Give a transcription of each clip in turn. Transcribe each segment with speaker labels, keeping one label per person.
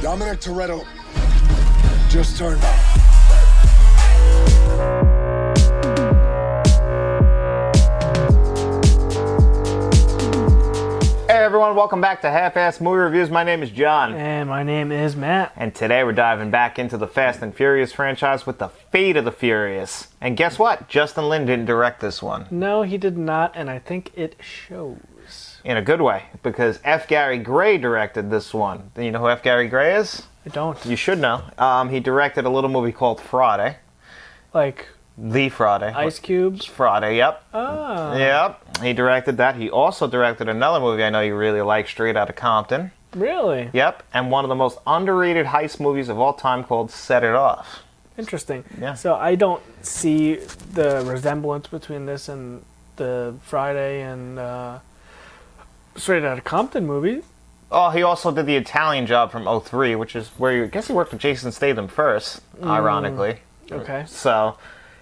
Speaker 1: Dominic Toretto just turned up.
Speaker 2: Hey everyone, welcome back to Half Ass Movie Reviews. My name is John,
Speaker 3: And my name is Matt.
Speaker 2: and today we're diving back into the Fast and Furious franchise with the Fate of the Furious. And guess what? Justin Lin didn't direct this one
Speaker 3: No, he did not, and I think it shows.
Speaker 2: in a good way because F. Gary Gray directed this one. Do You know who F. Gary Gray is?
Speaker 3: I don't.
Speaker 2: You should know. Um, he directed a little movie called Friday,
Speaker 3: Like
Speaker 2: The Friday.
Speaker 3: Ice Cubes.
Speaker 2: Friday. Yep. Mm.
Speaker 3: Ah,
Speaker 2: Yep. He directed that. He also directed another movie I know you really like, Straight Outta Compton.
Speaker 3: really?
Speaker 2: Yep. And one of the most underrated heist movies of all time called Set It Off.
Speaker 3: Interesting.
Speaker 2: Yeah.
Speaker 3: So I don't see the resemblance between this and the Friday and uh, Straight Outta Compton movie.
Speaker 2: Oh, he also did the Italian job from 03, which is where you I guess he worked with Jason Statham first, ironically.
Speaker 3: Okay.
Speaker 2: So,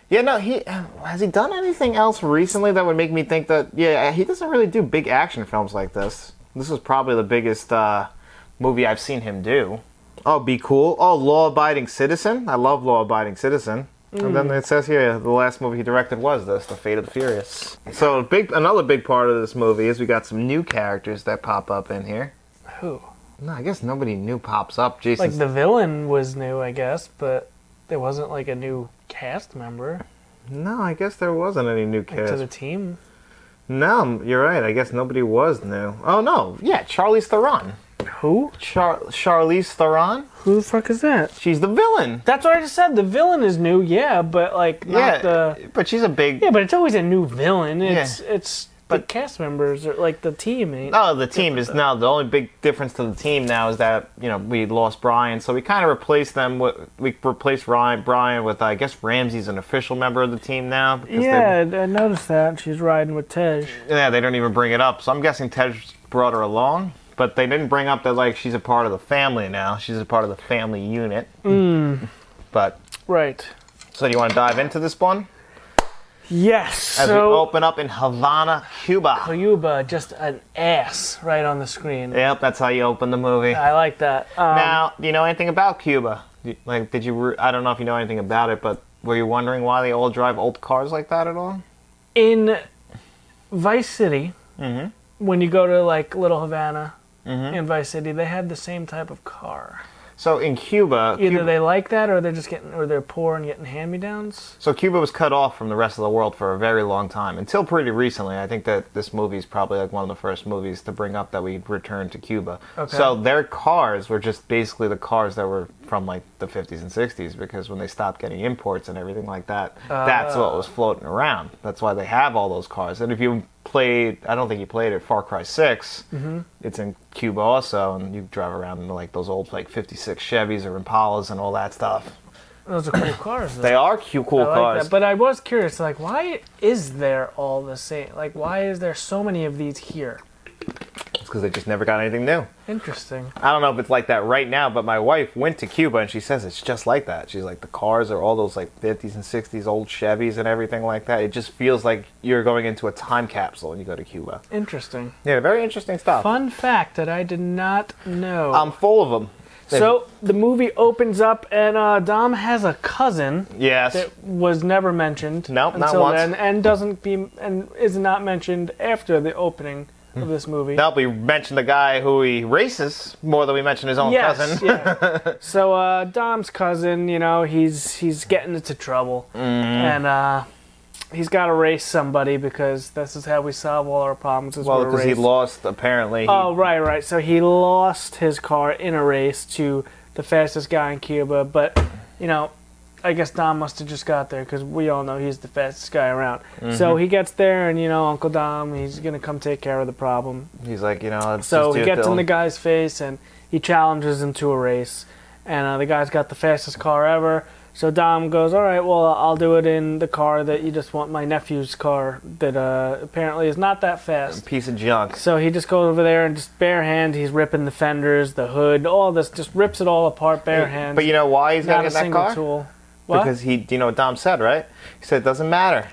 Speaker 2: yeah, no, he has he done anything else recently that would make me think that yeah, he doesn't really do big action films like this. This is probably the biggest uh, movie I've seen him do. Oh, be cool. Oh, Law Abiding Citizen. I love Law Abiding Citizen. And then it says here the last movie he directed was this, The Fate of the Furious. So a big another big part of this movie is we got some new characters that pop up in here.
Speaker 3: Who?
Speaker 2: No, I guess nobody new pops up. Jason.
Speaker 3: Like the villain was new, I guess, but there wasn't like a new cast member
Speaker 2: no, I guess there wasn't any new
Speaker 3: like,
Speaker 2: kids.
Speaker 3: to the team.
Speaker 2: No, you're right. I guess nobody was new. Oh no, yeah, Charlize Theron.
Speaker 3: Who?
Speaker 2: Char- Charlize Theron.
Speaker 3: Who the fuck is that?
Speaker 2: She's the villain.
Speaker 3: That's what I just said. The villain is new, yeah, but like not
Speaker 2: yeah,
Speaker 3: the
Speaker 2: but she's a big.
Speaker 3: Yeah, but it's always a new villain. It's it's
Speaker 2: But-
Speaker 3: the cast members or like the team. ain't-
Speaker 2: Oh, the team is now the only big difference to the team now is that you know we lost Brian, so we kind of replaced them. With, we replaced Ryan Brian with I guess Ramsey's an official member of the team now. Because
Speaker 3: yeah, I- I noticed that she's riding with Tej.
Speaker 2: They, yeah, they don't even bring it up. So I'm guessing Tej brought her along, but they didn't bring up that like she's a part of the family now. She's a part of the family unit.
Speaker 3: Hmm.
Speaker 2: But
Speaker 3: Right.
Speaker 2: so do you want to dive into this one?
Speaker 3: Yes.
Speaker 2: as we
Speaker 3: so Oh,
Speaker 2: open up in Havana, Cuba.
Speaker 3: Ayuba just an ass right on the screen.
Speaker 2: Yep, that's how you open the movie.
Speaker 3: I like that. Um,
Speaker 2: now, do you know anything about Cuba? You- Like, did you? re- I don't know if you know anything about it, but were you wondering why they all drive old cars like that at all?
Speaker 3: in Vice City,
Speaker 2: Mm-hmm.
Speaker 3: when you go to like Little Havana in Vice City, they have the same type of car.
Speaker 2: So in Cuba,
Speaker 3: Either
Speaker 2: Cuba
Speaker 3: they like that, or they're just getting, or they're poor and getting hand-me-downs.
Speaker 2: so Cuba was cut off from the rest of the world for a very long time until pretty recently. I think that this movie is probably like one of the first movies to bring up that we returned to Cuba.
Speaker 3: Okay.
Speaker 2: So their cars were just basically the cars that were from like the 50s and 60s because when they stopped getting imports and everything like that, that's what
Speaker 3: Ah.
Speaker 2: was floating around. That's why they have all those cars. And if you played, I don't think you played it, Far Cry 6,
Speaker 3: Mm-hmm.
Speaker 2: it's in Cuba also, and you drive around in like those old like 56 Chevys or Impalas and all that stuff.
Speaker 3: Those are cool cars. Though.
Speaker 2: They are cu- cool
Speaker 3: I like
Speaker 2: cars.
Speaker 3: that. But I was curious, like, why is there all the same? Like, why is there so many of these here?
Speaker 2: It's because they just never got anything new.
Speaker 3: Interesting.
Speaker 2: I don't know if it's like that right now, but my wife went to Cuba and she says it's just like that. She's like, the cars are all those like 50s and 60s old Chevys and everything like that. It just feels like you're going into a time capsule when you go to Cuba.
Speaker 3: Interesting.
Speaker 2: Yeah, very interesting stuff.
Speaker 3: Fun fact that I did not know.
Speaker 2: I'm full of them.
Speaker 3: so the movie opens up, and uh, Dom has a cousin
Speaker 2: yes.
Speaker 3: that was never mentioned
Speaker 2: Nope, not
Speaker 3: until
Speaker 2: once.
Speaker 3: then, and doesn't be and is not mentioned after the opening of this movie.
Speaker 2: Nope, we mentioned the guy who he races more than we mentioned his own
Speaker 3: Yes,
Speaker 2: cousin.
Speaker 3: yeah. So uh, Dom's cousin, you know, he's he's getting into trouble,
Speaker 2: Mm-hmm.
Speaker 3: and uh, he's got to race somebody because this is how we solve all our problems. Is
Speaker 2: Well,
Speaker 3: with a
Speaker 2: because he
Speaker 3: race.
Speaker 2: lost, apparently. He-
Speaker 3: Oh, right, right. So he lost his car in a race to the fastest guy in Cuba, but you know, I guess Dom must have just got there because we all know he's the fastest guy around.
Speaker 2: Mm-hmm.
Speaker 3: So he gets there, and you know, Uncle Dom, he's gonna come take care of the problem.
Speaker 2: He's like, you know, let's
Speaker 3: So
Speaker 2: just do
Speaker 3: he
Speaker 2: it
Speaker 3: gets
Speaker 2: till-
Speaker 3: in the guy's face and he challenges him to a race. And uh, the guy's got the fastest car ever. So Dom goes, All right, well, I'll do it in the car that you just want my nephew's car that uh, apparently is not that fast.
Speaker 2: piece of junk.
Speaker 3: So he just goes over there and just bare hand, he's ripping the fenders, the hood, all this, just rips it all apart bare hand.
Speaker 2: But you know why he's
Speaker 3: not
Speaker 2: got
Speaker 3: a
Speaker 2: in that
Speaker 3: single
Speaker 2: car?
Speaker 3: tool. What?
Speaker 2: Because he, you know what Dom said, right? He said it doesn't matter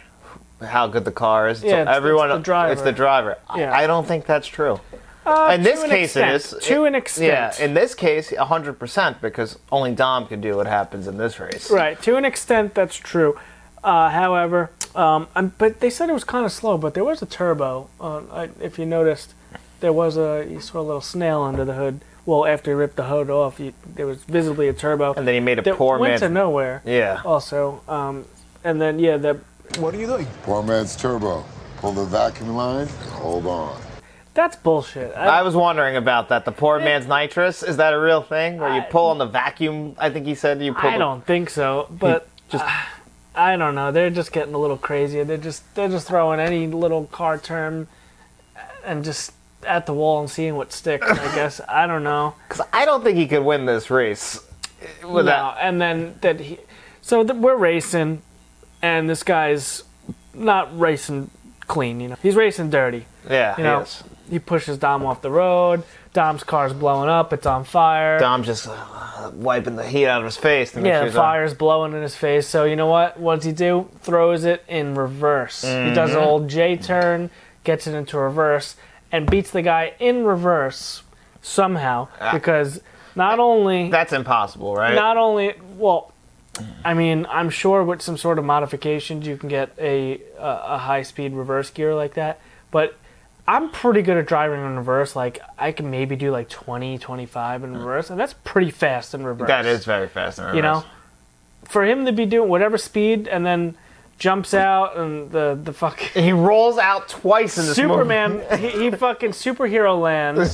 Speaker 2: how good the car is.
Speaker 3: Yeah, it's-
Speaker 2: everyone,
Speaker 3: it's the driver.
Speaker 2: It's the driver. I-
Speaker 3: Yeah.
Speaker 2: I, don't think that's true.
Speaker 3: Uh,
Speaker 2: in this
Speaker 3: to an
Speaker 2: case,
Speaker 3: extent.
Speaker 2: it is
Speaker 3: to
Speaker 2: it-
Speaker 3: an extent.
Speaker 2: Yeah, in this case, hundred percent, because only Dom can do what happens in this race.
Speaker 3: right, to an extent, that's true. Uh, however, um, i but they said it was kind of slow, but there was a turbo. On, I, if you noticed, there was a you saw a little snail under the hood. Well, after he ripped the hood off, you, there was visibly a turbo.
Speaker 2: And then he made a
Speaker 3: that
Speaker 2: poor
Speaker 3: went
Speaker 2: man.
Speaker 3: to nowhere.
Speaker 2: yeah.
Speaker 3: Also, um, and then yeah, the
Speaker 1: What are you doing?
Speaker 4: Poor man's turbo. Pull the vacuum line and hold on.
Speaker 3: that's bullshit. I,
Speaker 2: I was wondering about that. The poor man's nitrous is that a real thing? Where you
Speaker 3: I-
Speaker 2: pull on the vacuum? I think he said you pull.
Speaker 3: I
Speaker 2: the-
Speaker 3: don't think so, but just I don't know. They're just getting a little crazy. They're just they're just throwing any little car term and just at the wall and seeing what sticks. I guess I don't know.
Speaker 2: 'cause I don't think he could win this race. With
Speaker 3: No, and then that he, so that we're racing, and this guy's not racing clean. You know, he's racing dirty.
Speaker 2: that, yeah,
Speaker 3: You know,
Speaker 2: yes.
Speaker 3: he pushes Dom off the road. Dom's car's blowing up. It's on fire.
Speaker 2: Dom's just uh, wiping the heat out of his face. To make
Speaker 3: Yeah,
Speaker 2: sure
Speaker 3: the
Speaker 2: he's on.
Speaker 3: fire's blowing in his face. So you know what? What does he do? Throws it in reverse. He does
Speaker 2: Mm-hmm.
Speaker 3: an old J turn, gets it into reverse, and beats the guy in reverse somehow. Because not only
Speaker 2: Ah. That's impossible, right?
Speaker 3: not only well, I mean, I'm sure with some sort of modifications you can get a a, a high speed reverse gear like that. But I'm pretty good at driving in reverse. Like I can maybe do like 20, 25 in reverse, and that's pretty fast in reverse
Speaker 2: Mm. that is very fast. in
Speaker 3: you know
Speaker 2: reverse.
Speaker 3: for him to be doing whatever speed and then jumps out and the the fuck
Speaker 2: he rolls out twice in this movie.
Speaker 3: superman he, he fucking superhero lands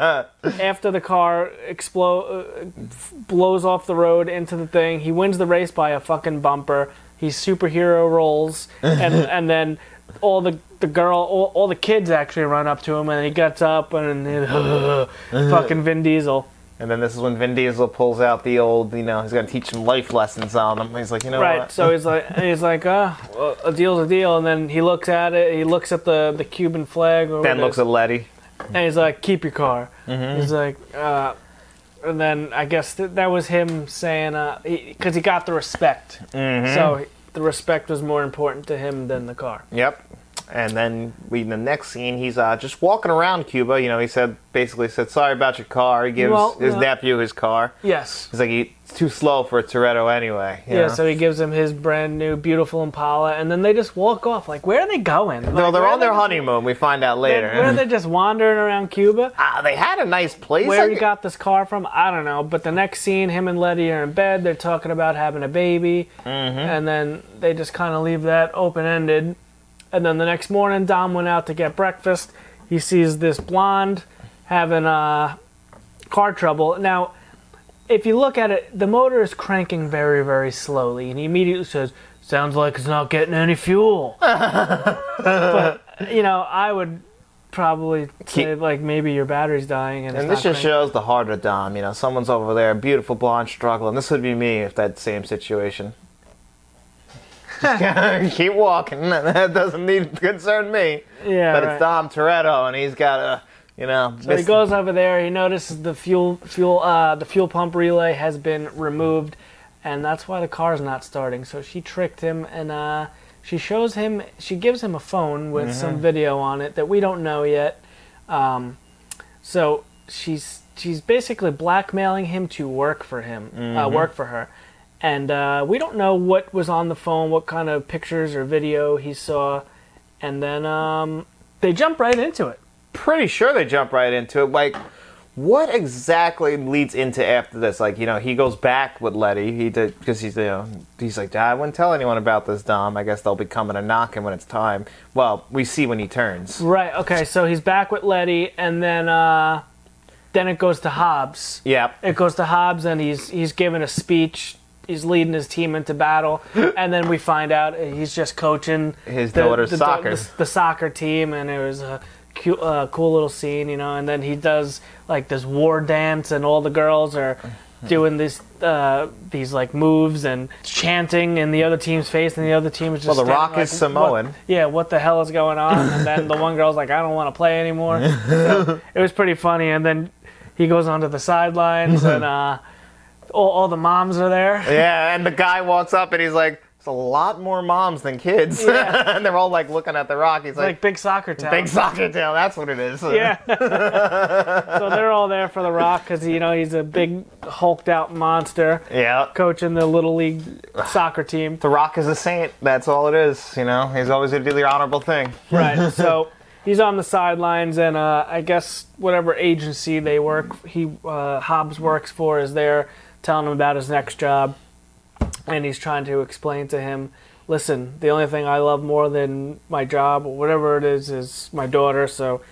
Speaker 3: after the car explode uh, f- blows off the road into the thing he wins the race by a fucking bumper he superhero rolls and and then all the the girl all, all the kids actually run up to him and he gets up and, fucking Vin Diesel
Speaker 2: And then this is when Vin Diesel pulls out the old, you know, he's got to teach him life lessons on him. He's like, you know
Speaker 3: Right.
Speaker 2: what?
Speaker 3: So he's like, he's like, uh, well, a deal's a deal. And then he looks at it. He looks at the the Cuban flag. Or
Speaker 2: Ben looks
Speaker 3: what it
Speaker 2: Mm-hmm. at
Speaker 3: is,
Speaker 2: Letty.
Speaker 3: and he's like, keep your car. He's like, uh, and then I guess th- that was him saying, uh, because he, got the respect.
Speaker 2: Mm-hmm.
Speaker 3: So the respect was more important to him than the car.
Speaker 2: Yep. And then we, in the next scene, he's uh, just walking around Cuba. You know, he said basically said sorry about your car. He gives
Speaker 3: Well,
Speaker 2: his
Speaker 3: no.
Speaker 2: nephew his car.
Speaker 3: Yes.
Speaker 2: He's like, he, it's too slow for a Toretto anyway. you
Speaker 3: Yeah.
Speaker 2: know?
Speaker 3: So he gives him his brand new beautiful Impala, and then they just walk off. Like, where are they going? Like,
Speaker 2: no, they're
Speaker 3: where
Speaker 2: on
Speaker 3: are they
Speaker 2: their
Speaker 3: just-
Speaker 2: honeymoon. We find out later.
Speaker 3: Where are they just wandering around Cuba?
Speaker 2: Ah, they had a nice place.
Speaker 3: Where
Speaker 2: I-
Speaker 3: he got this car from, I don't know. But the next scene, him and Letty are in bed. They're talking about having a baby,
Speaker 2: Mm-hmm.
Speaker 3: and then they just kind of leave that open ended. And then the next morning, Dom went out to get breakfast. He sees this blonde having uh, car trouble. Now, if you look at it, the motor is cranking very, very slowly, and he immediately says, "Sounds like it's not getting any fuel." but you know, I would probably say
Speaker 2: Keep-
Speaker 3: like maybe your battery's dying, and,
Speaker 2: And
Speaker 3: it's
Speaker 2: this
Speaker 3: not
Speaker 2: just
Speaker 3: cranking.
Speaker 2: shows the heart of Dom. You know, someone's over there, beautiful blonde, struggling. This would be me if that same situation. Keep walking. That doesn't need to concern me.
Speaker 3: yeah,
Speaker 2: but
Speaker 3: right.
Speaker 2: it's Dom Toretto, and he's got a, you know,
Speaker 3: So he
Speaker 2: miss-
Speaker 3: goes over there. He notices the fuel fuel uh, the fuel pump relay has been removed, and that's why the car's not starting. So she tricked him, and uh, she shows him she gives him a phone
Speaker 2: Mm-hmm.
Speaker 3: with some video on it that we don't know yet. Um, so she's she's basically blackmailing him to work for him, uh,
Speaker 2: Mm-hmm.
Speaker 3: work for her, and uh, we don't know what was on the phone, what kind of pictures or video he saw, and then um, they jump right into it.
Speaker 2: pretty sure they jump right into it. Like, what exactly leads into after this? Like, you know, he goes back with Letty. He did because he's you know he's like, I wouldn't tell anyone about this, Dom. I guess they'll be coming and knocking when it's time. Well, we see when he turns.
Speaker 3: Right. Okay. So he's back with Letty, and then uh, then it goes to Hobbs.
Speaker 2: Yep.
Speaker 3: It goes to Hobbs, and he's he's giving a speech. He's leading his team into battle, and then we find out he's just coaching
Speaker 2: His daughter's
Speaker 3: da-
Speaker 2: soccer.
Speaker 3: The, the soccer team, and it was a cute, uh, cool little scene, you know. And then he does like this war dance, and all the girls are doing this uh, these like moves and chanting in the other team's face, and the other team is just
Speaker 2: Well, The
Speaker 3: standing
Speaker 2: Rock
Speaker 3: like,
Speaker 2: is Samoan.
Speaker 3: "What- yeah, what the hell is going on? And then the one girl's like, I don't want to play anymore. So it was pretty funny. And then he goes onto the sidelines, and uh, all, all the moms are there.
Speaker 2: Yeah, and the guy walks up and he's like, It's a lot more moms than kids,
Speaker 3: Yeah.
Speaker 2: and they're all like looking at the rock. He's
Speaker 3: Like
Speaker 2: like,
Speaker 3: big soccer town.
Speaker 2: "Big soccer tail." That's what it is.
Speaker 3: Yeah. so they're all there for The Rock because you know he's a big hulked out monster
Speaker 2: yeah.
Speaker 3: coaching the little league soccer team.
Speaker 2: The Rock is a saint. That's all it is. You know, he's always gonna do the honorable thing.
Speaker 3: Right. So he's on the sidelines, and uh, I guess whatever agency they work, he uh, Hobbs works for, is there telling him about his next job, and he's trying to explain to him. Listen, the only thing I love more than my job or whatever it is is my daughter. So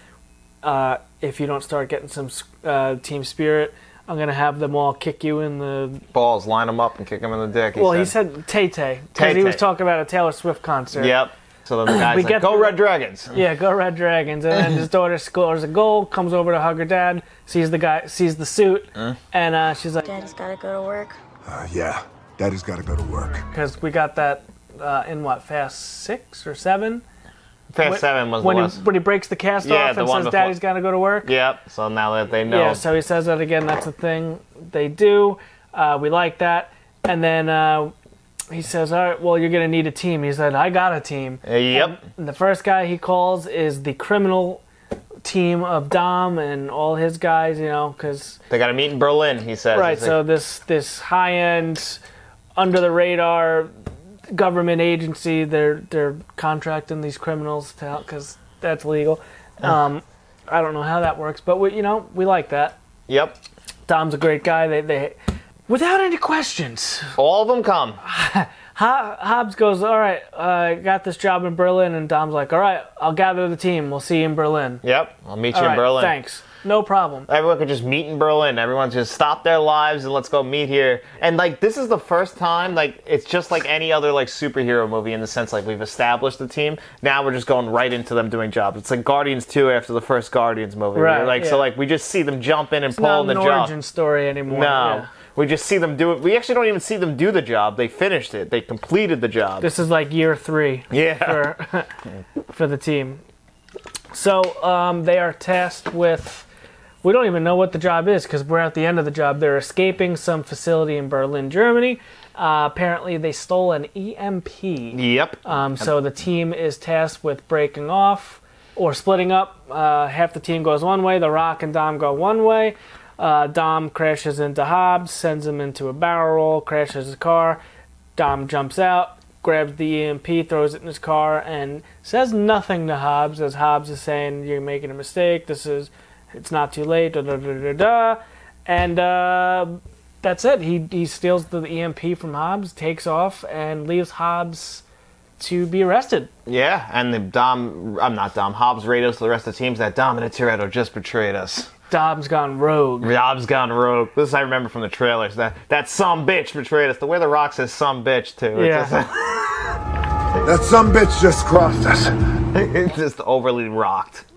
Speaker 3: uh, if you don't start getting some uh, team spirit, I'm gonna have them all kick you in the.
Speaker 2: Balls, line him up and kick him in the dick.
Speaker 3: well, he said Tay Tay because he was
Speaker 2: Tay-Tay.
Speaker 3: talking about a Taylor Swift concert.
Speaker 2: "Yep." So then the guy's
Speaker 3: We
Speaker 2: like,
Speaker 3: get
Speaker 2: "Go
Speaker 3: the-
Speaker 2: Red Dragons."
Speaker 3: Yeah, go Red Dragons. And then his daughter scores a goal, comes over to hug her dad, sees the guy, sees the suit, and uh, she's like,
Speaker 5: Daddy's gotta go to work.
Speaker 1: Uh, yeah, daddy's gotta go to work.
Speaker 3: because we got that uh, in what, Fast Six or Seven?
Speaker 2: Fast
Speaker 3: When-
Speaker 2: seven was the
Speaker 3: when
Speaker 2: last.
Speaker 3: He, when he breaks the cast
Speaker 2: Yeah,
Speaker 3: off
Speaker 2: the
Speaker 3: and
Speaker 2: one
Speaker 3: says,
Speaker 2: before-
Speaker 3: Daddy's gotta go to work.
Speaker 2: Yep. So now that they know,
Speaker 3: Yeah, so he says that again. That's a thing they do. Uh, we like that. And then uh, he says, All right, well, you're going to need a team. He said, I got a team.
Speaker 2: Uh, yep.
Speaker 3: And the first guy he calls is the criminal team of Dom and all his guys, you know, because.
Speaker 2: They got to meet in Berlin. He says.
Speaker 3: Right.
Speaker 2: He's
Speaker 3: So
Speaker 2: like,
Speaker 3: this this high end, under the radar, government agency they're they're contracting these criminals to because that's legal. Um, I don't know how that works, but we you know we like that.
Speaker 2: yep.
Speaker 3: Dom's a great guy. They they. Without any questions,
Speaker 2: All of them come.
Speaker 3: Ho- Hobbs goes, All right, I got this job in Berlin. And Dom's like, All right, I'll gather the team. We'll see you in Berlin.
Speaker 2: Yep. I'll meet you
Speaker 3: All
Speaker 2: in
Speaker 3: right,
Speaker 2: Berlin.
Speaker 3: Thanks. No problem.
Speaker 2: Everyone could just meet in Berlin. Everyone just stop their lives and let's go meet here. And like this is the first time like it's just like any other like superhero movie in the sense like we've established the team. Now we're just going right into them doing jobs. It's like Guardians 2 after the first Guardians movie.
Speaker 3: Right,
Speaker 2: We're like
Speaker 3: yeah.
Speaker 2: so like we just see them jumping and
Speaker 3: Not
Speaker 2: pulling
Speaker 3: an
Speaker 2: the job.
Speaker 3: origin story anymore.
Speaker 2: No.
Speaker 3: yeah.
Speaker 2: We just see them do it. We actually don't even see them do the job. They finished it. They completed the job.
Speaker 3: This is like year three.
Speaker 2: yeah.
Speaker 3: for for the team. So um, they are tasked with. We don't even know what the job is because we're at the end of the job. They're escaping some facility in Berlin, Germany. Uh, apparently, they stole an E EMP.
Speaker 2: Yep.
Speaker 3: Um, so the team is tasked with breaking off or splitting up. Uh, half the team goes one way. The Rock and Dom go one way. Uh, Dom crashes into Hobbs, sends him into a barrel roll, crashes his car. Dom jumps out, grabs the EMP, throws it in his car, and says nothing to Hobbs as Hobbs is saying, You're making a mistake. This is, it's not too late, da da da da da. And uh, that's it. He, he steals the EMP from Hobbs, takes off, and leaves Hobbs to be arrested.
Speaker 2: Yeah, and the Dom, I'm not Dom, Hobbs radios to the rest of the teams that Dom and the Toretto just betrayed us.
Speaker 3: Dom's gone rogue.
Speaker 2: Hobbs gone rogue. This I remember from the trailers. That that some bitch betrayed us. The way the rock says some bitch too. It's
Speaker 3: Yeah.
Speaker 1: That some bitch just crossed us.
Speaker 2: just, it's just overly rocked.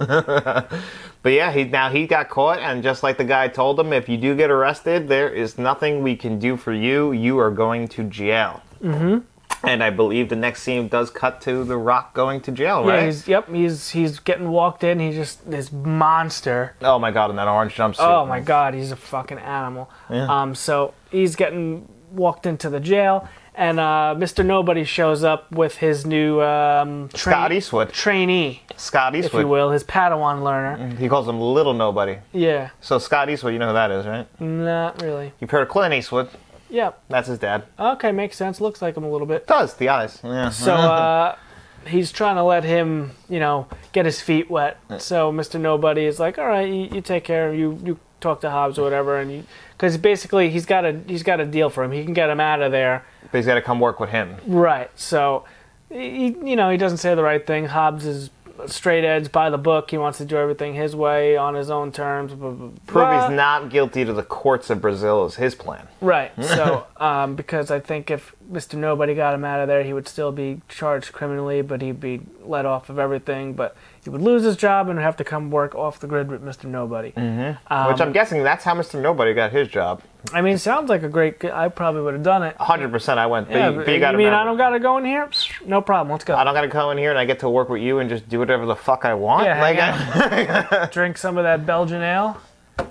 Speaker 2: but yeah, he now he got caught, and just like the guy told him, if you do get arrested, there is nothing we can do for you. You are going to jail. Mm-hmm. And I believe the next scene does cut to the Rock going to jail,
Speaker 3: Yeah,
Speaker 2: right?
Speaker 3: he's, yep, he's he's getting walked in. He's just this monster.
Speaker 2: oh my god, in that orange jumpsuit.
Speaker 3: Oh my god, he's a fucking animal. Um, so he's getting walked into the jail, and uh, Mr. Nobody shows up with his new um, train-
Speaker 2: Scott Eastwood.
Speaker 3: trainee,
Speaker 2: Scott
Speaker 3: if
Speaker 2: Eastwood.
Speaker 3: you will, his Padawan learner.
Speaker 2: He calls him Little Nobody.
Speaker 3: Yeah,
Speaker 2: So Scott Eastwood, you know who that is, right?
Speaker 3: not really.
Speaker 2: You've heard of Clint Eastwood.
Speaker 3: Yep.
Speaker 2: That's his dad.
Speaker 3: Okay, makes sense. Looks like him a little bit.
Speaker 2: Does the eyes? Yeah.
Speaker 3: So uh, he's trying to let him, you know, get his feet wet. So Mr. Nobody is like, "All right, you, you take care. You you talk to Hobbs or whatever." And because basically he's got a he's got a deal for him. He can get him out of there.
Speaker 2: but he's got to come work with him.
Speaker 3: Right. So, he, you know, he doesn't say the right thing. Hobbs is straight edge by the book. He wants to do everything his way on his own terms. Blah, blah,
Speaker 2: Prove
Speaker 3: blah.
Speaker 2: he's not guilty to the courts of Brazil is his plan.
Speaker 3: Right. So, um, because I think if Mr. Nobody got him out of there, he would still be charged criminally, but he'd be let off of everything. But he would lose his job and have to come work off the grid with Mr. Nobody.
Speaker 2: Mm.
Speaker 3: Um,
Speaker 2: Which I'm guessing that's how Mr. Nobody got his job.
Speaker 3: I mean, sounds like a great. g- I probably would have done it.
Speaker 2: 100% I went. But
Speaker 3: Yeah,
Speaker 2: you,
Speaker 3: but
Speaker 2: but you
Speaker 3: you
Speaker 2: gotta
Speaker 3: mean I
Speaker 2: remember,
Speaker 3: don't gotta go in here? No problem. Let's go.
Speaker 2: I don't got to come in here and I get to work with you and just do whatever the fuck I want?
Speaker 3: Yeah, hang
Speaker 2: like, I,
Speaker 3: drink some of that Belgian ale.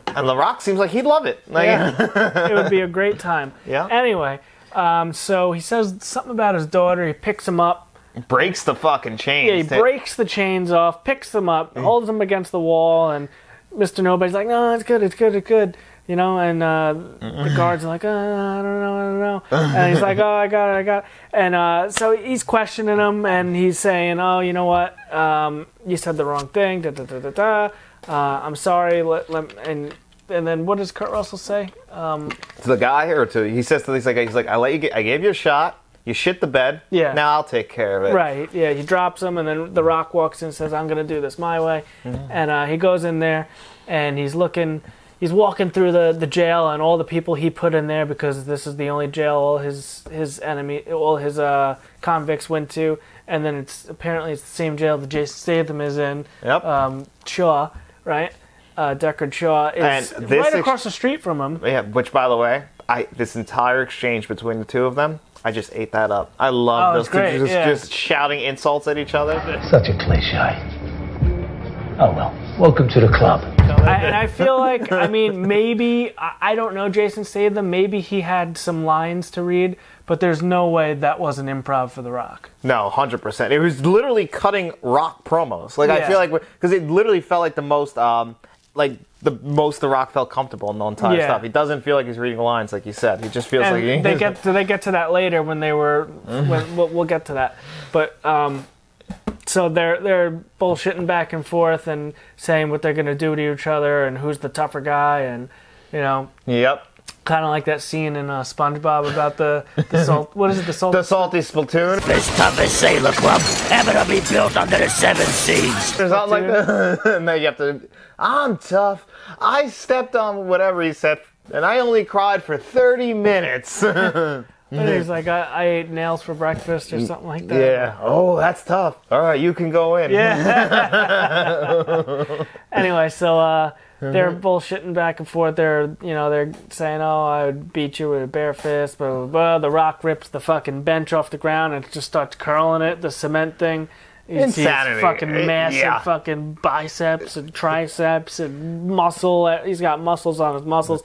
Speaker 2: and The Rock seems like he'd love it. Like,
Speaker 3: it would be a great time.
Speaker 2: Yeah.
Speaker 3: Anyway, Um, so he says something about his daughter. He picks him up.
Speaker 2: Breaks the fucking chains.
Speaker 3: Yeah, he
Speaker 2: Ta-
Speaker 3: breaks the chains off, picks them up, holds them against the wall, and Mr. Nobody's like, "No, it's good, it's good, it's good," you know. And uh, the guards are like, uh, "I don't know, I don't know," and he's like, "Oh, I got it, I got it." And uh, so he's questioning him, and he's saying, "Oh, you know what? Um, you said the wrong thing. Da da da da da. Uh, I'm sorry." Let, let, and and then what does Kurt Russell say?
Speaker 2: to the guy or to he says to this like he's like I let you get, I gave you a shot. You shit the bed.
Speaker 3: Yeah.
Speaker 2: Now I'll take care of it.
Speaker 3: Right. Yeah. He drops him, and then The Rock walks in and says, "I'm gonna do this my way,"
Speaker 2: Mm-hmm.
Speaker 3: and uh, he goes in there, and he's looking. He's walking through the, the jail and all the people he put in there because this is the only jail all his his enemy all his uh, convicts went to, and then it's apparently it's the same jail that Jason Statham is in.
Speaker 2: Yep.
Speaker 3: Um, Shaw, right? Uh, Deckard Shaw is
Speaker 2: And this
Speaker 3: right
Speaker 2: ex-
Speaker 3: across the street from him.
Speaker 2: Yeah. Which, by the way, I this entire exchange between the two of them, I just ate that up. I love
Speaker 3: Oh,
Speaker 2: those
Speaker 3: it's
Speaker 2: two
Speaker 3: great,
Speaker 2: just,
Speaker 3: yeah.
Speaker 2: just shouting insults at each other.
Speaker 5: Such a cliche. Oh well, welcome to the club.
Speaker 3: I, and I feel like, I mean, maybe, I, I don't know Jason Statham, maybe he had some lines to read, but there's no way that wasn't improv for The Rock.
Speaker 2: No, hundred percent. It was literally cutting rock promos. Like I
Speaker 3: Yeah.
Speaker 2: feel like because it literally felt like the most um like the most the rock felt comfortable in the entire
Speaker 3: Yeah.
Speaker 2: stuff. He doesn't feel like he's reading lines like you said. He just feels like he, Mm-hmm.
Speaker 3: And they get to, they get to that later when they were, when, we'll, we'll get to that. But, um, so they're, they're bullshitting back and forth and saying what they're going to do to each other and who's the tougher guy and, you know,
Speaker 2: Yep.
Speaker 3: kind of like that scene in uh, SpongeBob about the, the salt, what is it, the salt?
Speaker 2: The salty spittoon.
Speaker 5: This toughest sailor club evidently built under the seven seas.
Speaker 2: There's something like that. and then you have to, I'm tough. I stepped on whatever he said, and I only cried for 30 minutes.
Speaker 3: And he's like, I, I ate nails for breakfast or something like that.
Speaker 2: yeah. Oh, that's tough. All right, you can go in.
Speaker 3: Yeah. anyway, so uh, they're
Speaker 2: Uh-huh.
Speaker 3: bullshitting back and forth. They're you know they're saying, "Oh, I would beat you with a bare fist." Blah blah blah. The Rock rips the fucking bench off the ground and just starts curling it. The cement thing. You see his
Speaker 2: Insanity. Uh,
Speaker 3: fucking massive
Speaker 2: Yeah.
Speaker 3: fucking biceps and triceps and muscle. Uh, He's got muscles on his muscles.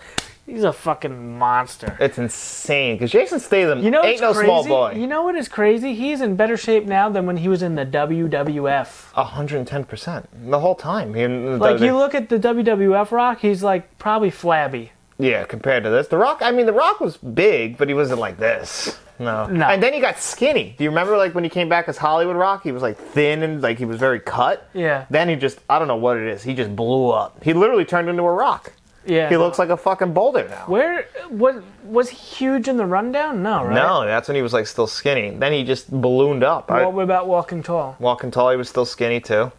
Speaker 3: He's a fucking monster.
Speaker 2: It's insane because Jason Statham
Speaker 3: You know,
Speaker 2: ain't
Speaker 3: what's
Speaker 2: no
Speaker 3: crazy?
Speaker 2: small boy.
Speaker 3: You know what is crazy? He's in better shape now than when he was in the WWF.
Speaker 2: 110% the whole time. He-
Speaker 3: Like you look at the WWF Rock, he's like probably flabby.
Speaker 2: yeah, compared to this. The Rock, I mean, The Rock was big, but he wasn't like this. No.
Speaker 3: No.
Speaker 2: And then he got skinny. Do you remember, like, when he came back as Hollywood Rock? He was, like, thin and, like, he was very cut.
Speaker 3: Yeah.
Speaker 2: Then he just, I don't know what it is. He just blew up. He literally turned into a rock.
Speaker 3: Yeah.
Speaker 2: He looks like a fucking boulder now.
Speaker 3: Where was was he huge in the rundown? No, right?
Speaker 2: No, that's when he was like still skinny. Then he just ballooned up. I-
Speaker 3: What about walking tall?
Speaker 2: walking tall, he was still skinny too.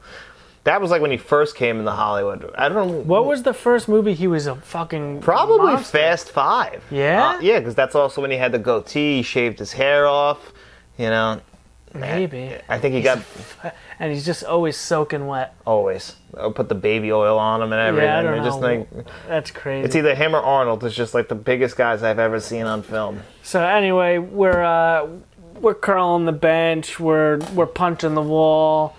Speaker 2: That was like when he first came into Hollywood. I don't know.
Speaker 3: What was the first movie he was a fucking
Speaker 2: Probably
Speaker 3: monster?
Speaker 2: Fast Five.
Speaker 3: Yeah?
Speaker 2: Uh, yeah, because that's also when he had the goatee. He shaved his hair off. You know,
Speaker 3: maybe.
Speaker 2: I think he got
Speaker 3: And he's just always soaking wet.
Speaker 2: always uh, put the baby oil on him and everything.
Speaker 3: Yeah, I don't
Speaker 2: They're just
Speaker 3: know.
Speaker 2: like
Speaker 3: That's crazy.
Speaker 2: it's either him or Arnold. It's just like the biggest guys I've ever seen on film.
Speaker 3: So anyway, we're uh, we're curling the bench, we're we're punching the wall,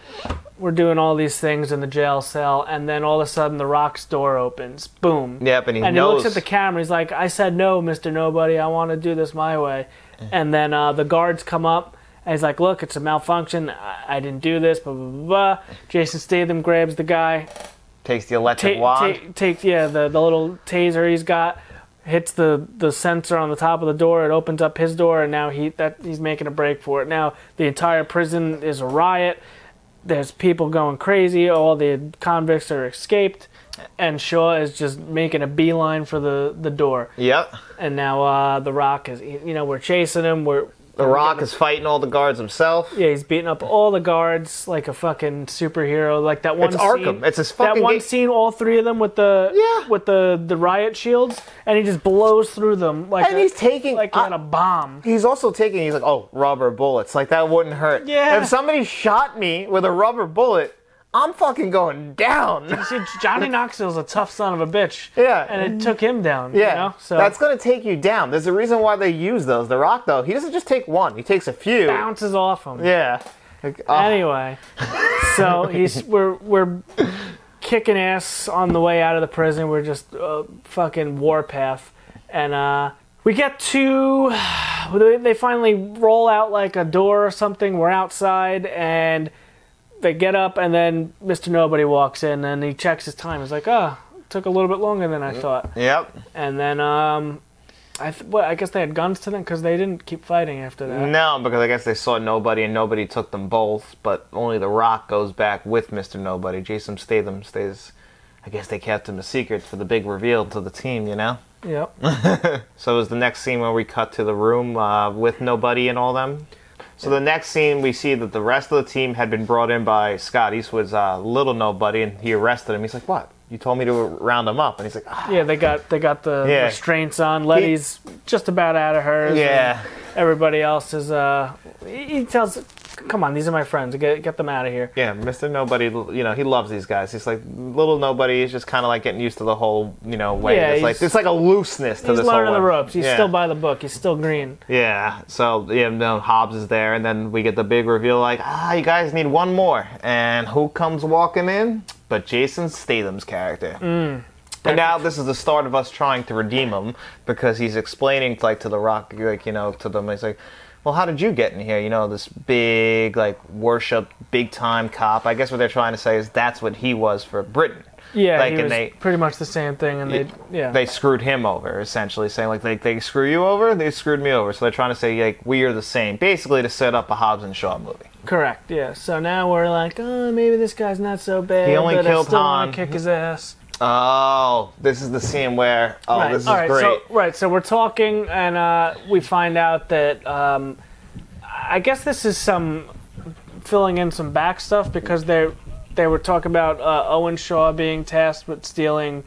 Speaker 3: we're doing all these things in the jail cell, and then all of a sudden the rock's door opens, boom.
Speaker 2: Yep, and he
Speaker 3: And
Speaker 2: knows.
Speaker 3: he looks at the camera. He's like, "I said no, Mister Nobody. I want to do this my way." And then uh, the guards come up. And he's like, "Look, it's a malfunction. I, I didn't do this." Blah blah blah. blah. Jason Statham grabs the guy,
Speaker 2: takes the electric
Speaker 3: ta-
Speaker 2: wand.
Speaker 3: ta- takes yeah the, the little taser he's got hits the the sensor on the top of the door it opens up his door and now he that he's making a break for it now the entire prison is a riot there's people going crazy all the convicts are escaped and Shaw is just making a beeline for the the door
Speaker 2: yep.
Speaker 3: and now uh the rock is you know we're chasing him we're
Speaker 2: The Rock is fighting all the guards himself.
Speaker 3: yeah, he's beating up all the guards like a fucking superhero. Like that one.
Speaker 2: It's
Speaker 3: scene,
Speaker 2: Arkham. It's his fucking
Speaker 3: That one
Speaker 2: ga-
Speaker 3: scene, all three of them with the
Speaker 2: Yeah.
Speaker 3: with the the riot shields, and he just blows through them like
Speaker 2: And
Speaker 3: a-
Speaker 2: he's taking-
Speaker 3: like
Speaker 2: I-
Speaker 3: on a bomb.
Speaker 2: He's also taking. He's like, oh, rubber bullets. Like that wouldn't hurt.
Speaker 3: Yeah.
Speaker 2: If somebody shot me with a rubber bullet, I'm fucking going down.
Speaker 3: See, Johnny Knoxville's a tough son of a bitch.
Speaker 2: Yeah.
Speaker 3: and it took him down.
Speaker 2: Yeah.
Speaker 3: you know? so
Speaker 2: That's gonna take you down. There's a reason why they use those. The Rock though, he doesn't just take one. He takes a few.
Speaker 3: bounces off him.
Speaker 2: Yeah. Like, oh,
Speaker 3: Anyway, so he's we're we're kicking ass on the way out of the prison. We're just uh, fucking warpath, and uh, we get to they they finally roll out like a door or something. We're outside and they get up, and then Mr. Nobody walks in and he checks his time. He's like, oh, it took a little bit longer than I thought.
Speaker 2: Yep.
Speaker 3: And then, um, I th- well, I guess they had guns to them because they didn't keep fighting after that.
Speaker 2: No, because I guess they saw nobody and nobody took them both, but only The Rock goes back with Mr. Nobody. Jason Statham stays. I guess they kept him a secret for the big reveal to the team, you know?
Speaker 3: Yep.
Speaker 2: So it was the next scene where we cut to the room uh, with nobody and all them. So the next scene, we see that the rest of the team had been brought in by Scott Eastwood's uh, little nobody, and he arrested him. He's like, "What? You told me to round him up," and he's like, "Ah,
Speaker 3: Yeah, they got they got the
Speaker 2: Yeah.
Speaker 3: restraints on. Letty's just about out of hers.
Speaker 2: "Yeah."
Speaker 3: and Everybody else is. Uh, he he tells, "Come on, these are my friends. Get get them out of here."
Speaker 2: Yeah, Mr. Nobody, you know, he loves these guys. He's like little nobody. He's just kind of like getting used to the whole, you know, way.
Speaker 3: Yeah,
Speaker 2: it's like
Speaker 3: he's-
Speaker 2: it's like a looseness to
Speaker 3: He's
Speaker 2: this
Speaker 3: learning
Speaker 2: whole
Speaker 3: the
Speaker 2: one.
Speaker 3: ropes. He's
Speaker 2: yeah.
Speaker 3: still by the book. He's still green.
Speaker 2: Yeah. So yeah, no, Hobbs is there, and then we get the big reveal. Like, ah, you guys need one more, and who comes walking in? But Jason Statham's character.
Speaker 3: Mm.
Speaker 2: And now this is the start of us trying to redeem him because he's explaining like to the Rock, like you know, to them. He's like, "Well, how did you get in here? You know, this big like worship, big time cop. I guess what they're trying to say is that's what he was for Britain.
Speaker 3: Yeah,
Speaker 2: like
Speaker 3: he
Speaker 2: and
Speaker 3: was
Speaker 2: they
Speaker 3: pretty much the same thing. And they yeah
Speaker 2: they screwed him over, essentially saying like they, they screw you over, they screwed me over. So they're trying to say like we are the same, basically to set up a Hobbs and Shaw movie.
Speaker 3: correct. Yeah. So now we're like, oh, maybe this guy's not so bad.
Speaker 2: He only
Speaker 3: but
Speaker 2: killed
Speaker 3: I still wanna
Speaker 2: Han.
Speaker 3: Kick his ass.
Speaker 2: Oh, this is the scene where oh
Speaker 3: right.
Speaker 2: this is
Speaker 3: all right,
Speaker 2: great.
Speaker 3: So, right, so we're talking, and uh, we find out that um, I guess this is some filling in some back stuff because they they were talking about uh, Owen Shaw being tasked with stealing,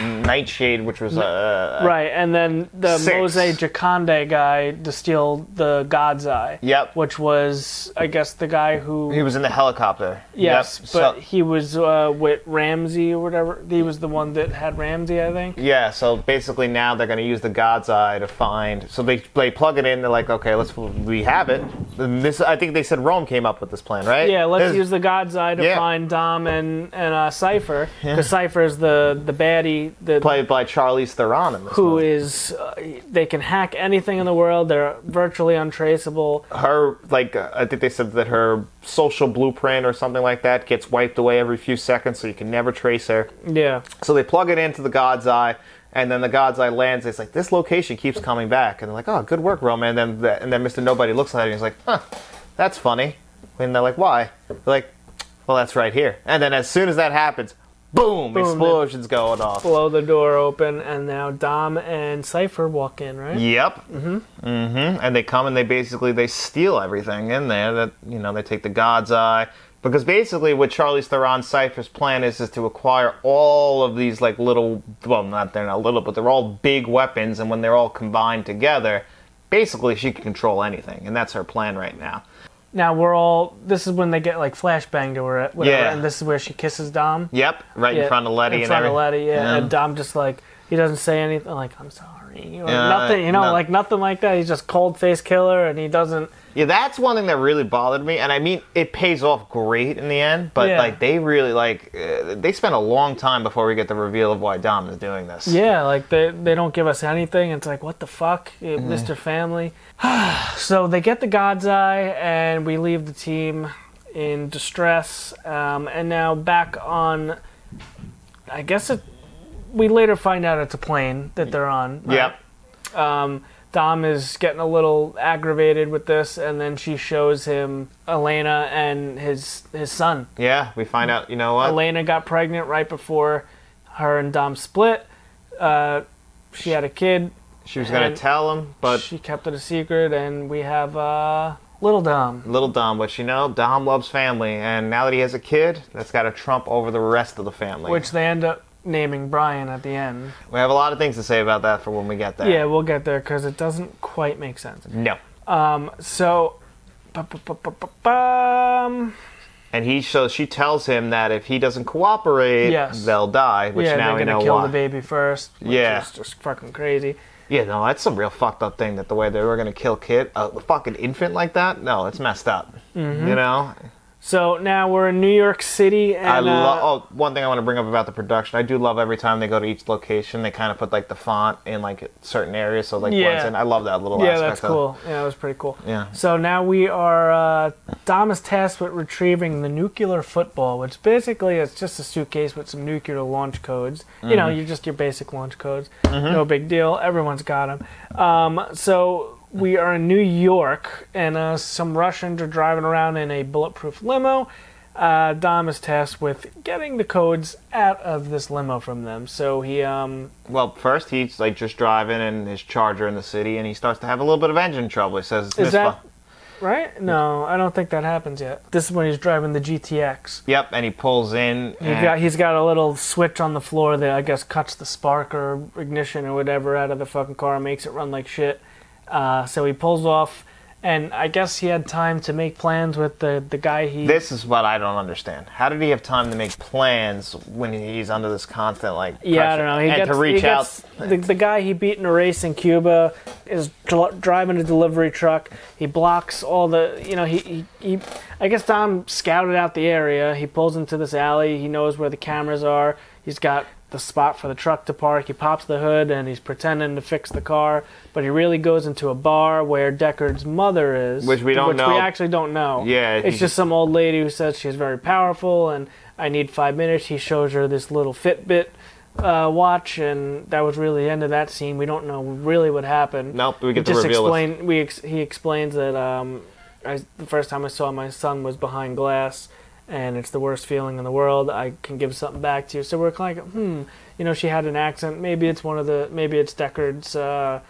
Speaker 2: Nightshade, which was uh,
Speaker 3: right, and then the
Speaker 2: Six.
Speaker 3: Mose Jaconde guy to steal the God's Eye.
Speaker 2: Yep.
Speaker 3: which was I guess the guy who.
Speaker 2: he was in the helicopter.
Speaker 3: Yes,
Speaker 2: Yep.
Speaker 3: but
Speaker 2: so,
Speaker 3: he was uh, with Ramsey or whatever. He was the one that had Ramsey, I think.
Speaker 2: yeah. So basically now they're going to use the God's Eye to find. So they they plug it in. They're like, okay, let's we have it. And this I think they said Rome came up with this plan, right?
Speaker 3: Yeah, let's
Speaker 2: This-
Speaker 3: use the God's Eye to
Speaker 2: Yeah.
Speaker 3: find Dom and and uh, Cipher because Cipher is the the baddie the
Speaker 2: played by Charlize Theron in this.
Speaker 3: who
Speaker 2: movie.
Speaker 3: is uh, they can hack anything in the world. They're virtually untraceable.
Speaker 2: her like uh, I think they said that her social blueprint or something like that gets wiped away every few seconds, so you can never trace her.
Speaker 3: Yeah,
Speaker 2: So they plug it into the God's Eye, and then the God's Eye lands. It's like this location keeps coming back, and they're like, "Oh, good work, Roman." And then the, and then Mister Nobody looks at it and he's like, "Huh, that's funny." And they're like, "Why?" They're like, "Well, that's right here." And then as soon as that happens, boom, explosions going off.
Speaker 3: blow the door open, and now Dom and Cipher walk in. Right?
Speaker 2: Yep. Mm-hmm. Mm-hmm. And they come and they basically they steal everything in there. That you know they take the God's Eye because basically what Charlie's Theron Cypher's plan is is to acquire all of these like little well not they're not little but they're all big weapons and when they're all combined together, basically she can control anything and that's her plan right now.
Speaker 3: Now we're all. This is when they get like flashbanged or whatever,
Speaker 2: Yeah.
Speaker 3: and this is where she kisses Dom.
Speaker 2: Yep. Right in
Speaker 3: Yeah,
Speaker 2: front of Letty
Speaker 3: in
Speaker 2: and
Speaker 3: front
Speaker 2: everything.
Speaker 3: of Letty, yeah.
Speaker 2: Yeah.
Speaker 3: And Dom just like he doesn't say anything. Like I'm sorry, or
Speaker 2: Yeah,
Speaker 3: nothing. You know,
Speaker 2: no.
Speaker 3: like nothing like that. He's just cold face killer, and he doesn't.
Speaker 2: Yeah, that's one thing that really bothered me, and I mean it pays off great in the end. But
Speaker 3: Yeah.
Speaker 2: like they really like uh, they spent a long time before we get the reveal of why Dom is doing this.
Speaker 3: Yeah, like they they don't give us anything. It's like what the fuck, eh, Mr. Family. so they get the God's Eye, and we leave the team in distress. Um, and now back on, I guess it. We later find out it's a plane that they're on. right?
Speaker 2: Yep.
Speaker 3: um, Dom is getting a little aggravated with this, and then she shows him Elena and his his son.
Speaker 2: Yeah. We find out. You know what?
Speaker 3: Elena got pregnant right before her and Dom split. Uh, she had a kid.
Speaker 2: she was gonna
Speaker 3: and
Speaker 2: tell him, but
Speaker 3: she kept it a secret, and we have uh, little Dom.
Speaker 2: little Dom. But you know, Dom loves family, and now that he has a kid, that's got to trump over the rest of the family.
Speaker 3: Which they end up naming Brian at the end.
Speaker 2: we have a lot of things to say about that for when we get there.
Speaker 3: Yeah, we'll get there because it doesn't quite make sense.
Speaker 2: No.
Speaker 3: So, bu- bu- bu- bu- bu- bum.
Speaker 2: And he so she tells him that if he doesn't cooperate,
Speaker 3: Yes.
Speaker 2: they'll die. Which
Speaker 3: yeah,
Speaker 2: now we
Speaker 3: they're
Speaker 2: know
Speaker 3: gonna kill
Speaker 2: why.
Speaker 3: the baby first. Which
Speaker 2: Yeah.
Speaker 3: is just fucking crazy.
Speaker 2: Yeah, no, that's some real fucked up thing
Speaker 3: Mm-hmm.
Speaker 2: that the way they were gonna kill kid a fucking infant like that. No, it's messed up. You know,
Speaker 3: So now we're in New York City, and
Speaker 2: I
Speaker 3: uh,
Speaker 2: love. Oh, one thing I want to bring up about the production, I do love every time they go to each location, they kind of put like the font in like certain areas, so like
Speaker 3: Yeah.
Speaker 2: blends in. I love that little
Speaker 3: yeah,
Speaker 2: aspect.
Speaker 3: that's
Speaker 2: of-
Speaker 3: cool. Yeah, that was pretty cool.
Speaker 2: Yeah.
Speaker 3: So now we are. Uh, Dom is tasked with retrieving the nuclear football, which basically is just a suitcase with some nuclear launch codes. You know, you're just your basic launch codes. No big deal. Everyone's got them. Um, so we are in New York, and uh, some Russians are driving around in a bulletproof limo. Uh, Dom is tasked with getting the codes out of this limo from them. So he um,
Speaker 2: Well, first he's like just driving in his Charger in the city, and he starts to have a little bit of engine trouble. He says, it's
Speaker 3: Is that
Speaker 2: misfire.
Speaker 3: right? No, I don't think that happens yet. This is when he's driving the GTX.
Speaker 2: Yep, and he pulls in.
Speaker 3: He
Speaker 2: and-
Speaker 3: got, he's got a little switch on the floor that I guess cuts the spark or ignition or whatever out of the fucking car and makes it run like shit. Uh, so he pulls off, and I guess he had time to make plans with the, the guy he.
Speaker 2: This is what I don't understand. How did he have time to make plans when he's under this constant like pressure?
Speaker 3: yeah, I don't know. He
Speaker 2: and
Speaker 3: gets,
Speaker 2: to reach
Speaker 3: he gets-
Speaker 2: out.
Speaker 3: The, the guy he beat in a race in Cuba is dr- driving a delivery truck. He blocks all the, you know, he, he, he. I guess Dom scouted out the area. He pulls into this alley. He knows where the cameras are. He's got the spot for the truck to park. He pops the hood and he's pretending to fix the car, but he really goes into a bar where Deckard's mother is,
Speaker 2: Which we don't
Speaker 3: which
Speaker 2: know.
Speaker 3: we actually don't know.
Speaker 2: Yeah,
Speaker 3: it's
Speaker 2: he-
Speaker 3: just some old lady who says she's very powerful and I need five minutes. He shows her this little Fitbit uh, watch, and that was really the end of that scene. We don't know really what happened.
Speaker 2: Nope, we
Speaker 3: He
Speaker 2: get to
Speaker 3: just
Speaker 2: reveal it.
Speaker 3: explain. We ex- he explains that um, I, the first time I saw my son was behind glass, and it's the worst feeling in the world. I can give something back to you. So we're kind of like, hmm, you know, she had an accent. Maybe it's one of the. Maybe it's Deckard's uh,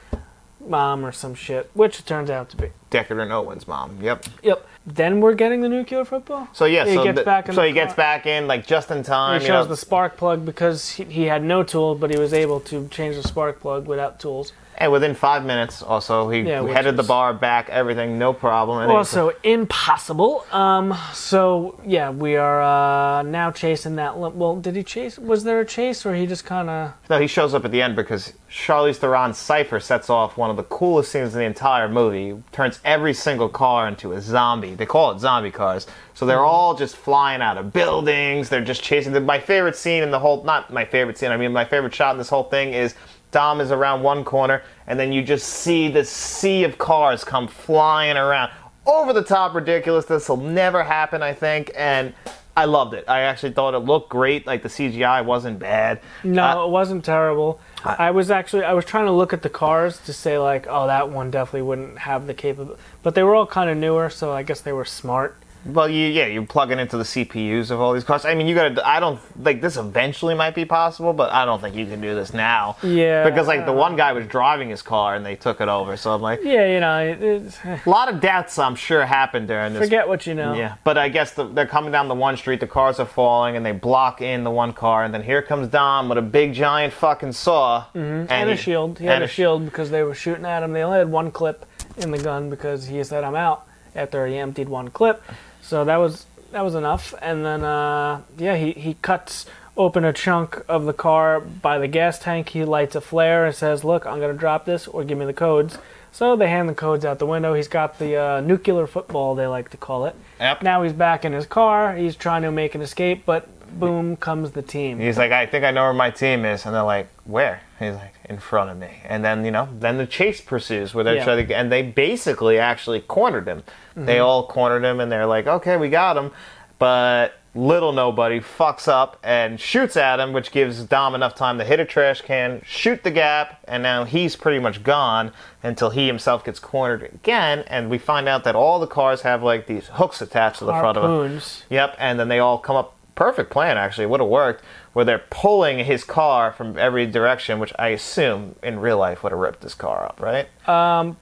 Speaker 3: mom or some shit, which it turns out to be.
Speaker 2: Deckard and Owen's mom. Yep.
Speaker 3: Yep. Then we're getting the nuclear football.
Speaker 2: So yeah,
Speaker 3: He
Speaker 2: so,
Speaker 3: gets
Speaker 2: the-
Speaker 3: back in
Speaker 2: so
Speaker 3: the
Speaker 2: he gets
Speaker 3: car.
Speaker 2: back in like just in time.
Speaker 3: He
Speaker 2: you know.
Speaker 3: shows the spark plug because he, he had no tool, but he was able to change the spark plug without tools.
Speaker 2: and within five minutes, also he
Speaker 3: Yeah, which
Speaker 2: headed the
Speaker 3: is-
Speaker 2: bar back. Everything, no problem. And he was
Speaker 3: Also impossible. Um. So yeah, we are uh, now chasing that. Lim- well, did he chase? Was there a chase, or he just kind of?
Speaker 2: like- no, he shows up at the end because Charlize Theron's cipher sets off one of the coolest scenes in the entire movie. Turns every single car into a zombie. They call it zombie cars. So they're all just flying out of buildings. They're just chasing. the- My favorite scene in the whole not my favorite scene. I mean, my favorite shot in this whole thing is. Dom is around one corner, and then you just see this sea of cars come flying around. Over the top, ridiculous. This will never happen, I think. And I loved it. I actually thought it looked great. Like the CGI wasn't bad.
Speaker 3: No, it wasn't terrible. I, was actually I was trying to look at the cars to say like, oh, that one definitely wouldn't have the capability. But they were all kind of newer, so I guess they were smart.
Speaker 2: Well, you, yeah, you're plugging into the CPUs of all these cars. I mean, you gotta. I don't like this. Eventually, might be possible, but I don't think you can do this now.
Speaker 3: Yeah.
Speaker 2: Because like the one guy was driving his car and they took it over. So I'm like,
Speaker 3: Yeah, you know, it, it's
Speaker 2: a lot of deaths. I'm sure happened during this.
Speaker 3: forget what you know.
Speaker 2: Yeah, but I guess the, they're coming down the one street, the cars are falling, and they block in the one car, and then here comes Dom with a big giant fucking saw and,
Speaker 3: Mm-hmm. and a
Speaker 2: he-
Speaker 3: shield. He had
Speaker 2: and
Speaker 3: a
Speaker 2: sh-
Speaker 3: shield because they were shooting at him. They only had one clip in the gun because he said, "I'm out." After he emptied one clip, so that was that was enough. And then uh, yeah, he he cuts open a chunk of the car by the gas tank. He lights a flare and says, "Look, I'm gonna drop this, or give me the codes." So they hand the codes out the window. He's got the uh, nuclear football, they like to call it.
Speaker 2: Yep.
Speaker 3: Now he's back in his car. He's trying to make an escape, but boom comes the team.
Speaker 2: He's like, I think I know where my team is, and they're like, where? He's like, in front of me, and then you know, then the chase pursues where they're
Speaker 3: Yeah. Mm-hmm.
Speaker 2: trying to, and they basically actually cornered him. They all cornered him, and they're like, okay, we got him, but little nobody fucks up and shoots at him, which gives Dom enough time to hit a trash can, shoot the gap, and now he's pretty much gone until he himself gets cornered again, and we find out that all the cars have like these hooks attached to the front of them.
Speaker 3: Harpoons.
Speaker 2: Yep, and then they all come up. Perfect plan, actually. Would have worked. Where they're pulling his car from every direction, which I assume in real life would have ripped this car up, right?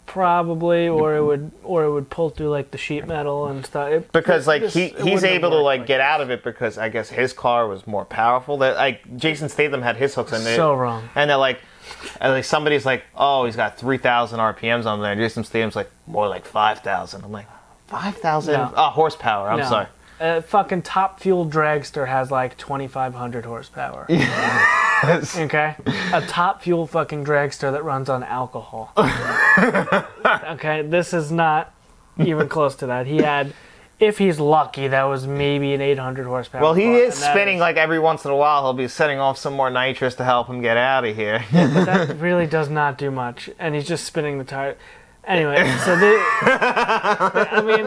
Speaker 3: Probably, or it would, or it would pull through like the sheet metal and stuff. It-
Speaker 2: Because like
Speaker 3: this-
Speaker 2: he
Speaker 3: it
Speaker 2: he's
Speaker 3: wouldn't have
Speaker 2: able to
Speaker 3: worked
Speaker 2: like get out of it because I guess his car was more powerful. That like Jason Statham had his hooks in there.
Speaker 3: So wrong.
Speaker 2: And they're like, and like somebody's like, oh, he's got three thousand RPMs on there. And Jason Statham's like more like five thousand. I'm like five thousand
Speaker 3: No.
Speaker 2: oh, horsepower. I'm
Speaker 3: No.
Speaker 2: sorry.
Speaker 3: A fucking top fuel dragster has like 2,500 horsepower. okay? A top fuel fucking dragster that runs on alcohol. okay, this is not even close to that. He had if he's lucky, that was maybe an 800 horsepower.
Speaker 2: Well, he
Speaker 3: car,
Speaker 2: is
Speaker 3: and that
Speaker 2: spinning like every once in a while. He'll be setting off some more nitrous to help him get out of here.
Speaker 3: that really does not do much, and he's just spinning the tire. Anyway, so they, I mean,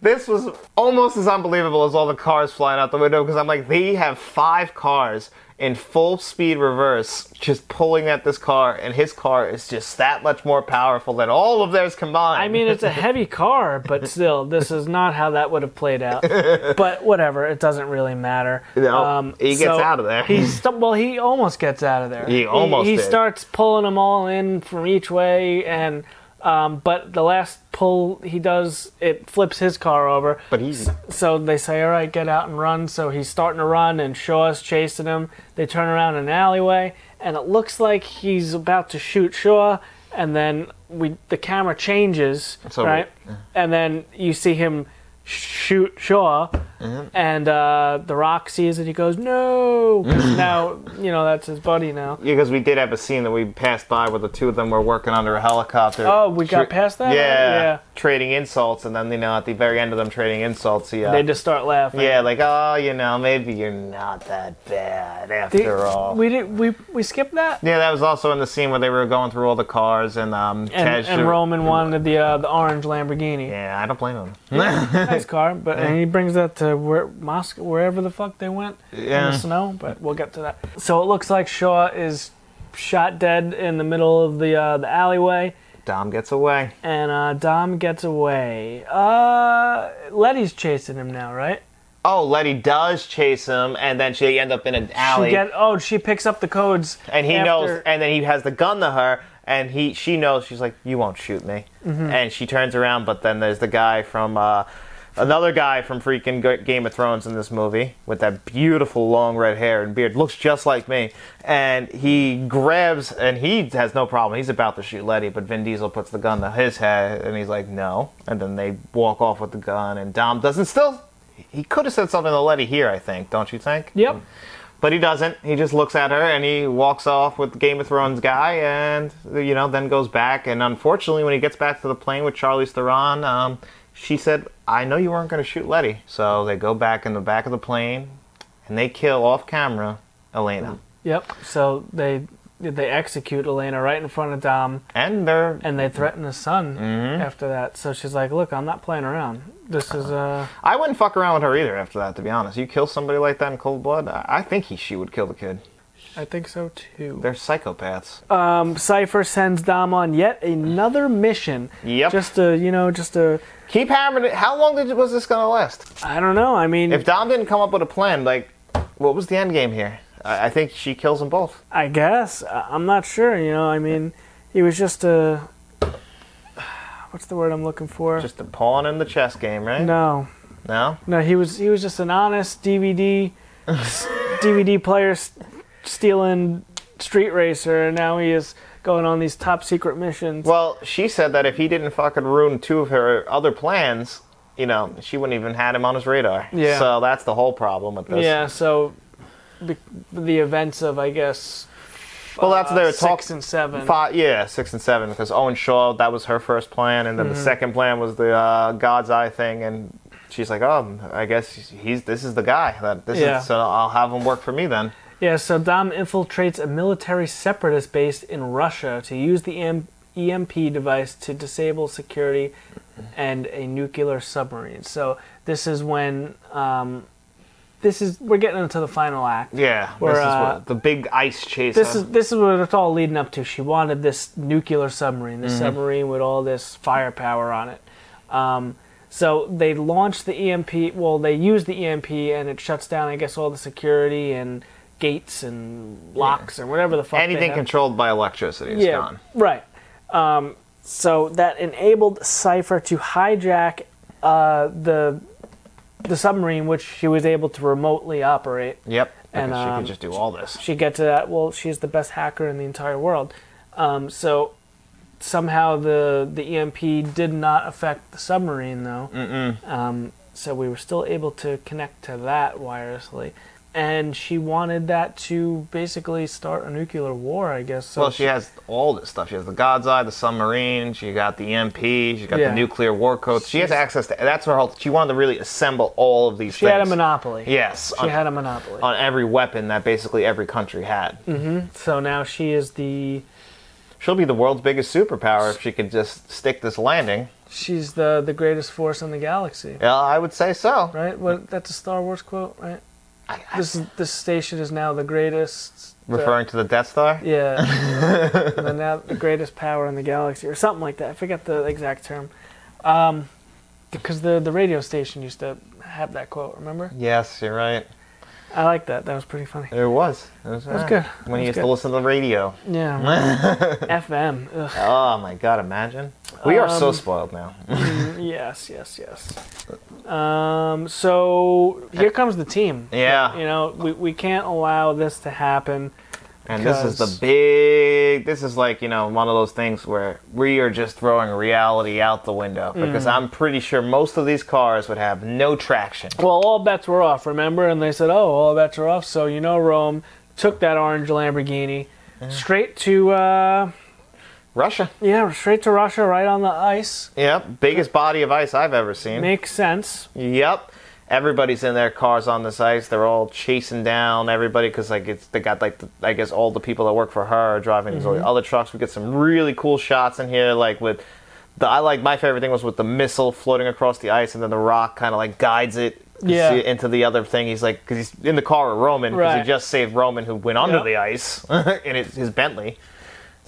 Speaker 2: this was almost as unbelievable as all the cars flying out the window because I'm like, they have five cars in full speed reverse just pulling at this car, and his car is just that much more powerful than all of theirs combined.
Speaker 3: I mean, it's a heavy car, but still, this is not how that would have played out. But whatever, it doesn't really matter. Um,
Speaker 2: No, he gets out of there.
Speaker 3: He st- well, he almost gets out of there.
Speaker 2: He almost
Speaker 3: He,
Speaker 2: did.
Speaker 3: starts pulling them all in from each way, and um, but the last pull he does, it flips his car over.
Speaker 2: but he's
Speaker 3: So they say, all right, get out and run. So he's starting to run, and Shaw's chasing him. They turn around an alleyway, and it looks like he's about to shoot Shaw, and then we the camera changes,
Speaker 2: So we-
Speaker 3: right? And then you see him shoot Shaw, and uh, The Rock sees it. He goes, no. 'Cause now, you know, that's his buddy now.
Speaker 2: because we did have a scene that we passed by where the two of them were working under a helicopter.
Speaker 3: Oh, we got
Speaker 2: Tra-
Speaker 3: past that?
Speaker 2: Yeah,
Speaker 3: Yeah.
Speaker 2: trading insults, and then you know at the very end of them trading insults, he, uh,
Speaker 3: They just start laughing.
Speaker 2: yeah, like oh, you know, maybe you're not that bad after
Speaker 3: Did-
Speaker 2: all.
Speaker 3: We, did, we, we skipped that?
Speaker 2: yeah, that was also in the scene where they were going through all the cars and um,
Speaker 3: And,
Speaker 2: Tej-
Speaker 3: and Roman wanted the uh, the orange Lamborghini.
Speaker 2: Yeah, I don't blame him.
Speaker 3: nice car, but and he brings that to where Moscow, wherever the fuck they went in
Speaker 2: Yeah.
Speaker 3: the snow. But we'll get to that. So it looks like Shaw is shot dead in the middle of the uh, the alleyway,
Speaker 2: Dom gets away.
Speaker 3: and uh, Dom gets away. Uh, Letty's chasing him now, right?
Speaker 2: Oh, Letty does chase him, and then she end up in an alley.
Speaker 3: She get oh she picks up the codes,
Speaker 2: and he
Speaker 3: after-
Speaker 2: knows and then he has the gun to her and he she knows she's like you won't shoot me
Speaker 3: Mm-hmm.
Speaker 2: and she turns around but then there's the guy from uh, another guy from freaking G- game of thrones in this movie with that beautiful long red hair and beard looks just like me and he grabs and he has no problem he's about to shoot letty but vin diesel puts the gun to his head and he's like no and then they walk off with the gun and dom doesn't still he could have said something to letty here i think don't you think
Speaker 3: Yep.
Speaker 2: but he doesn't. He just looks at her and he walks off with the Game of Thrones guy, and you know, then goes back. And unfortunately, when he gets back to the plane with Charlize Theron, um, she said, "I know you weren't going to shoot Letty." So they go back in the back of the plane, and they kill off camera Elena,
Speaker 3: Yep. So they they execute Elena right in front of Dom.
Speaker 2: and they're.
Speaker 3: And they threaten his son after that. So she's like, "Look, I'm not playing around. This is uh,
Speaker 2: I wouldn't fuck around with her either. After that, to be honest, you kill somebody like that in cold blood, I, I think he she would kill the kid.
Speaker 3: I think so too."
Speaker 2: They're psychopaths.
Speaker 3: Um, Cipher sends Dom on yet another mission.
Speaker 2: Yep.
Speaker 3: Just to you know, just to
Speaker 2: Keep hammering it. How long did, was this going to last?
Speaker 3: I don't know. I mean,
Speaker 2: If Dom didn't come up with a plan, like, what was the end game here? I, I think she kills them both.
Speaker 3: I guess I- I'm not sure. You know, I mean, he was just a what's the word I'm looking for?
Speaker 2: Just a pawn in the chess game, right?
Speaker 3: no,
Speaker 2: No?
Speaker 3: no. He was he was just an honest DVD s- DVD player s- stealing street racer, and now he is going on these top secret missions.
Speaker 2: Well, she said that if he didn't fucking ruin two of her other plans, you know, she wouldn't even had him on his radar.
Speaker 3: Yeah.
Speaker 2: So that's the whole problem with this.
Speaker 3: yeah. So be, the events of I guess uh,
Speaker 2: Well, that's their talk.
Speaker 3: six and seven.
Speaker 2: Five, yeah, six and seven, because Owen Shaw, that was her first plan, and then
Speaker 3: Mm-hmm.
Speaker 2: the second plan was the uh, God's Eye thing, and she's like, oh, I guess he's this is the guy. That this
Speaker 3: Yeah.
Speaker 2: is, so I'll have him work for me then.
Speaker 3: Yeah, so Dom infiltrates a military separatist base in Russia to use the EM- EMP device to disable security and a nuclear submarine. So this is when um, this is we're getting into the final act.
Speaker 2: Yeah,
Speaker 3: Where,
Speaker 2: this is
Speaker 3: uh,
Speaker 2: what, the big ice chase.
Speaker 3: This is this is what it's all leading up to. She wanted this nuclear submarine, this submarine with all this firepower on it. Um, so they launch the EMP. Well, they use the EMP, and it shuts down, I guess, all the security and gates and locks and whatever the fuck. they
Speaker 2: anything
Speaker 3: have.
Speaker 2: controlled by electricity is gone.
Speaker 3: Right. Um, so that enabled Cipher to hijack uh, the the submarine, which she was able to remotely operate.
Speaker 2: Yep. Because
Speaker 3: And,
Speaker 2: she
Speaker 3: um,
Speaker 2: could just do all this.
Speaker 3: She gets to that. Well, she's the best hacker in the entire world. Um, so somehow the the EMP did not affect the submarine though. Um, so we were still able to connect to that wirelessly. and she wanted that to basically start a nuclear war, I guess. So
Speaker 2: Well, she has all this stuff. She has the God's Eye, the submarine. She got the MP. She got
Speaker 3: Yeah.
Speaker 2: the nuclear war codes. She has access to. That's her whole. She wanted to really assemble all of these.
Speaker 3: she
Speaker 2: things.
Speaker 3: had a monopoly.
Speaker 2: Yes,
Speaker 3: She
Speaker 2: on,
Speaker 3: had a monopoly.
Speaker 2: on every weapon that basically every country had.
Speaker 3: Mm. So now she is the
Speaker 2: She'll be the world's biggest superpower if she could just stick this landing.
Speaker 3: she's the the greatest force in the galaxy.
Speaker 2: Yeah, I would say so.
Speaker 3: Right? What that's a Star Wars quote, right? This is- this station is now the greatest uh,
Speaker 2: Referring to the Death Star.
Speaker 3: Yeah. and then now the greatest power in the galaxy, or something like that. I forget the exact term. Um, because the the radio station used to have that quote. Remember?
Speaker 2: Yes, you're right.
Speaker 3: I like that. That was pretty funny.
Speaker 2: It was. It was,
Speaker 3: That's
Speaker 2: ah,
Speaker 3: good.
Speaker 2: When you used
Speaker 3: That's
Speaker 2: to
Speaker 3: good.
Speaker 2: listen to the radio.
Speaker 3: Yeah. FM. Ugh.
Speaker 2: Oh my God! Imagine. We are
Speaker 3: Um,
Speaker 2: so spoiled now.
Speaker 3: Yes. Yes. Yes. Um, so here comes the team.
Speaker 2: Yeah.
Speaker 3: You know, we, we can't allow this to happen.
Speaker 2: And this is
Speaker 3: because-
Speaker 2: the big. This is like you know one of those things where we are just throwing reality out the window because
Speaker 3: Mm.
Speaker 2: I'm pretty sure most of these cars would have no traction.
Speaker 3: Well, all bets were off, remember? And they said, oh, all bets are off. So, you know, Rome took that orange Lamborghini straight to, uh,
Speaker 2: Russia.
Speaker 3: yeah, straight to Russia, right on the ice.
Speaker 2: Yep. Biggest body of ice I've ever seen.
Speaker 3: Makes sense.
Speaker 2: Yep. Everybody's in their cars on this ice. They're all chasing down everybody because like it's they got like the, I guess all the people that work for her are driving these
Speaker 3: Mm-hmm.
Speaker 2: other trucks. We get some really cool shots in here, like with the I like my favorite thing was with the missile floating across the ice and then the rock kind of like guides it. you
Speaker 3: Yeah.
Speaker 2: see it into the other thing. He's like, because he's in the car with Roman, because
Speaker 3: Right.
Speaker 2: he just saved Roman, who went under
Speaker 3: Yep.
Speaker 2: the ice in his, his Bentley.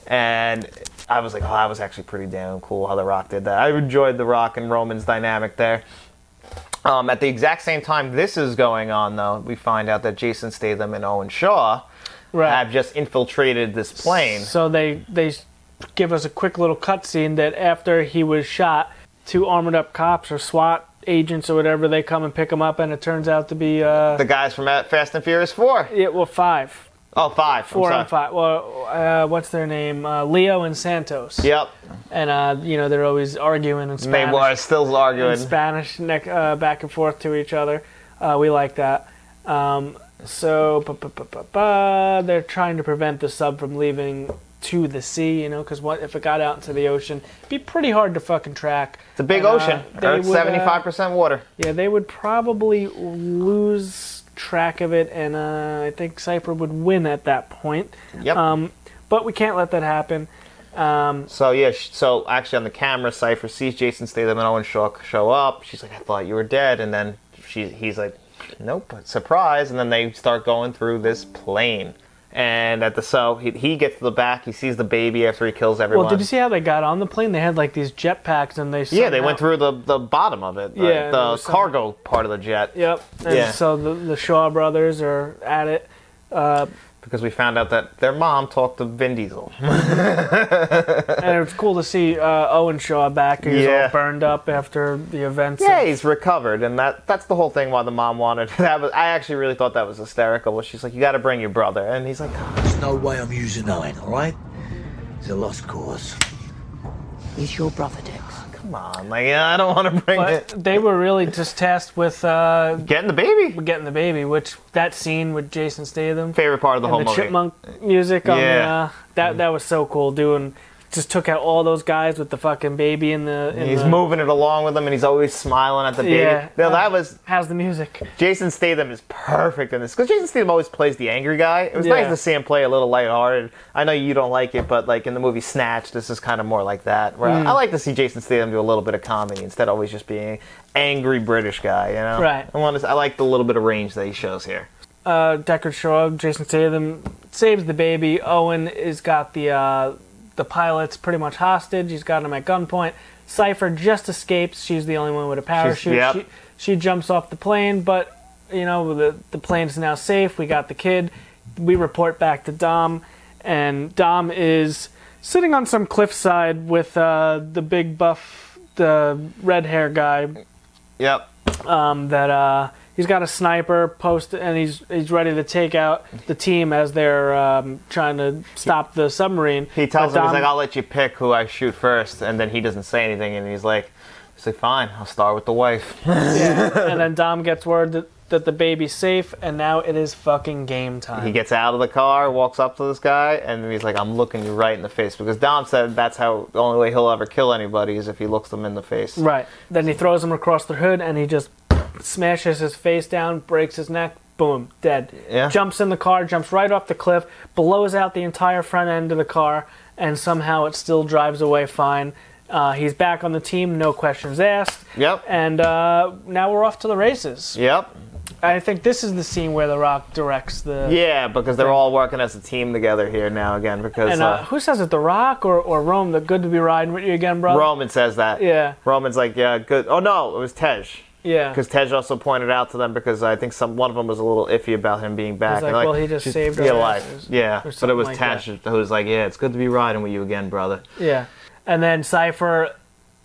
Speaker 2: And I was like, oh, that was actually pretty damn cool how The Rock did that. I enjoyed The Rock and Roman's dynamic there. Um, at the exact same time this is going on, though, we find out that Jason Statham and Owen Shaw
Speaker 3: Right.
Speaker 2: have just infiltrated this plane.
Speaker 3: So they, they give us a quick little cutscene that after he was shot, two armored up cops or SWAT agents or whatever, they come and pick him up, and it turns out to be, uh,
Speaker 2: The guys from Fast and Furious 4.
Speaker 3: yeah, well, five.
Speaker 2: Oh, five. I'm
Speaker 3: Four
Speaker 2: sorry.
Speaker 3: and five. Well, uh, what's their name? Uh, Leo and Santos.
Speaker 2: Yep.
Speaker 3: And, uh, you know, they're always arguing in Spanish.
Speaker 2: They were still arguing.
Speaker 3: in Spanish neck, uh, back and forth to each other. Uh, we like that. Um, so ba- ba- ba- ba- ba, they're trying to prevent the sub from leaving to the sea, you know, because what if it got out into the ocean? It'd be pretty hard to fucking track.
Speaker 2: It's a big
Speaker 3: And, uh,
Speaker 2: ocean.
Speaker 3: they
Speaker 2: Earth's
Speaker 3: would, uh,
Speaker 2: 75% water.
Speaker 3: Yeah, they would probably lose track of it, and uh, I think Cypher would win at that point.
Speaker 2: Yep.
Speaker 3: Um, but we can't let that happen.
Speaker 2: So yeah, sh- so actually on the camera, Cipher sees Jason Statham and Owen Shaw show up. She's like, "I thought you were dead," and then she he's like, "Nope, surprise!" And then they start going through this plane. And at the so he, he gets to the back. He sees the baby after he kills everyone.
Speaker 3: Well, did you see how they got on the plane? They had like these jetpacks, and they
Speaker 2: Yeah, they went through
Speaker 3: somehow-
Speaker 2: the, the bottom of it, the,
Speaker 3: Yeah, there
Speaker 2: the
Speaker 3: was some-
Speaker 2: cargo part of the jet.
Speaker 3: Yep. And
Speaker 2: Yeah.
Speaker 3: so the, the Shaw brothers are at it.
Speaker 2: Because we found out that their mom talked to Vin Diesel.
Speaker 3: And it's cool to see uh, Owen Shaw back. He's
Speaker 2: Yeah.
Speaker 3: all burned up after the events.
Speaker 2: Yeah,
Speaker 3: of-
Speaker 2: he's recovered, and that that's the whole thing why the mom wanted. That was I actually really thought that was hysterical. Where she's like, "You got to bring your brother," and he's like,
Speaker 5: There's no way I'm using nine, all right? It's a lost cause.
Speaker 6: He's your brother, Dex.
Speaker 2: Come on, like I don't want to bring
Speaker 3: But
Speaker 2: it.
Speaker 3: they were really just tasked with uh,
Speaker 2: Getting the baby.
Speaker 3: getting the baby, which that scene with Jason Statham
Speaker 2: Favorite part of the whole
Speaker 3: and the
Speaker 2: movie.
Speaker 3: chipmunk music on the,
Speaker 2: Yeah. Mm-hmm.
Speaker 3: uh, that that was so cool. Doing just took out all those guys with the fucking baby in the. In
Speaker 2: He's
Speaker 3: the-
Speaker 2: moving it along with him, and he's always smiling at the baby.
Speaker 3: Yeah.
Speaker 2: Now, that was
Speaker 3: How's the music?
Speaker 2: Jason Statham is perfect in this because Jason Statham always plays the angry guy. It was
Speaker 3: Yeah.
Speaker 2: nice to see him play a little lighthearted. I know you don't like it, but like in the movie Snatch, this is kind of more like that. Where
Speaker 3: Mm.
Speaker 2: I like to see Jason Statham do a little bit of comedy instead of always just being angry British guy. You know,
Speaker 3: Right.
Speaker 2: I want to. I like the little bit of range that he shows here.
Speaker 3: uh, Deckard Shaw, Jason Statham saves the baby. Owen has got the uh, the pilots pretty much hostage. He's got him at gunpoint. Cipher just escapes. She's the only one with a parachute.
Speaker 2: yep.
Speaker 3: She she jumps off the plane, but you know the the plane's now safe. We got the kid. We report back to Dom, and Dom is sitting on some cliffside with uh, the big buff, the red hair guy
Speaker 2: Yep.
Speaker 3: that uh, he's got a sniper post and he's he's ready to take out the team as they're um, trying to stop the submarine.
Speaker 2: He tells
Speaker 3: But
Speaker 2: him, he's
Speaker 3: Dom-
Speaker 2: like, I'll let you pick who I shoot first. And then he doesn't say anything. And he's like, he's like, fine, I'll start with the wife.
Speaker 3: and then Dom gets word that that the baby's safe, and now it is fucking game time.
Speaker 2: He gets out of the car, walks up to this guy, and he's like, "I'm looking you right in the face," because Dom said that's how the only way he'll ever kill anybody is if he looks them in the face.
Speaker 3: Right. Then he throws him across the hood and he just smashes his face down, breaks his neck, boom, dead.
Speaker 2: Yeah.
Speaker 3: Jumps in the car, jumps right off the cliff, blows out the entire front end of the car, and somehow it still drives away fine. Uh, he's back on the team, no questions asked.
Speaker 2: Yep.
Speaker 3: And uh, now we're off to the races.
Speaker 2: Yep.
Speaker 3: I think this is the scene where The Rock directs the.
Speaker 2: Yeah, because they're all working as a team together here now again. Because
Speaker 3: And uh,
Speaker 2: uh,
Speaker 3: who says it, The Rock or, or Rome? The good to be riding with you again, bro.
Speaker 2: uh, Roman says that.
Speaker 3: Yeah.
Speaker 2: Roman's like, "Yeah, good." Oh no, it was Tej.
Speaker 3: Yeah.
Speaker 2: Because Tej also pointed out to them because I think some one of them was a little iffy about him being back.
Speaker 3: He's
Speaker 2: And
Speaker 3: like, "Well, he just
Speaker 2: "She's-
Speaker 3: saved
Speaker 2: yeah,
Speaker 3: our
Speaker 2: life."
Speaker 3: asses,"
Speaker 2: Yeah,
Speaker 3: or
Speaker 2: but it
Speaker 3: something
Speaker 2: was
Speaker 3: like
Speaker 2: Tej who was like, "Yeah, it's good to be riding with you again, brother."
Speaker 3: Yeah, and then Cipher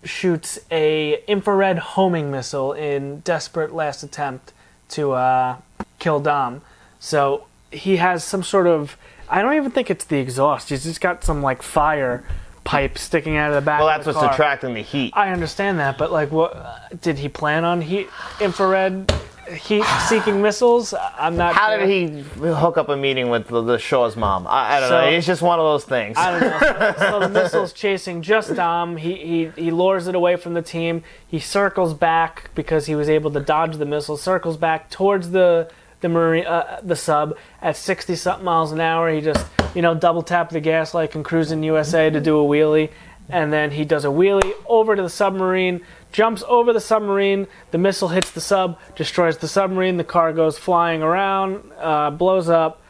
Speaker 3: shoots a infrared homing missile in desperate last attempt to uh, kill Dom. So he has some sort of I don't even think it's the exhaust. He's just got some like fire pipe sticking out of the back.
Speaker 2: Well,
Speaker 3: of
Speaker 2: that's
Speaker 3: the
Speaker 2: what's
Speaker 3: car.
Speaker 2: attracting the heat.
Speaker 3: I understand that, but like, what did he plan on heat infrared? Heat-seeking missiles. I- I'm not.
Speaker 2: How
Speaker 3: sure.
Speaker 2: did he hook up a meeting with the, the Shaw's mom? I, I don't
Speaker 3: So-
Speaker 2: know. It's just one of those things.
Speaker 3: I don't know. So, so the missile's chasing just Dom. He, he he lures it away from the team. He circles back because he was able to dodge the missile. Circles back towards the the marine, uh, the sub at 60 something miles an hour. He just you know double tap the gas like in Cruising USA to do a wheelie, and then he does a wheelie over to the submarine. Jumps over the submarine. The missile hits the sub, destroys the submarine. The car goes flying around, uh, blows up,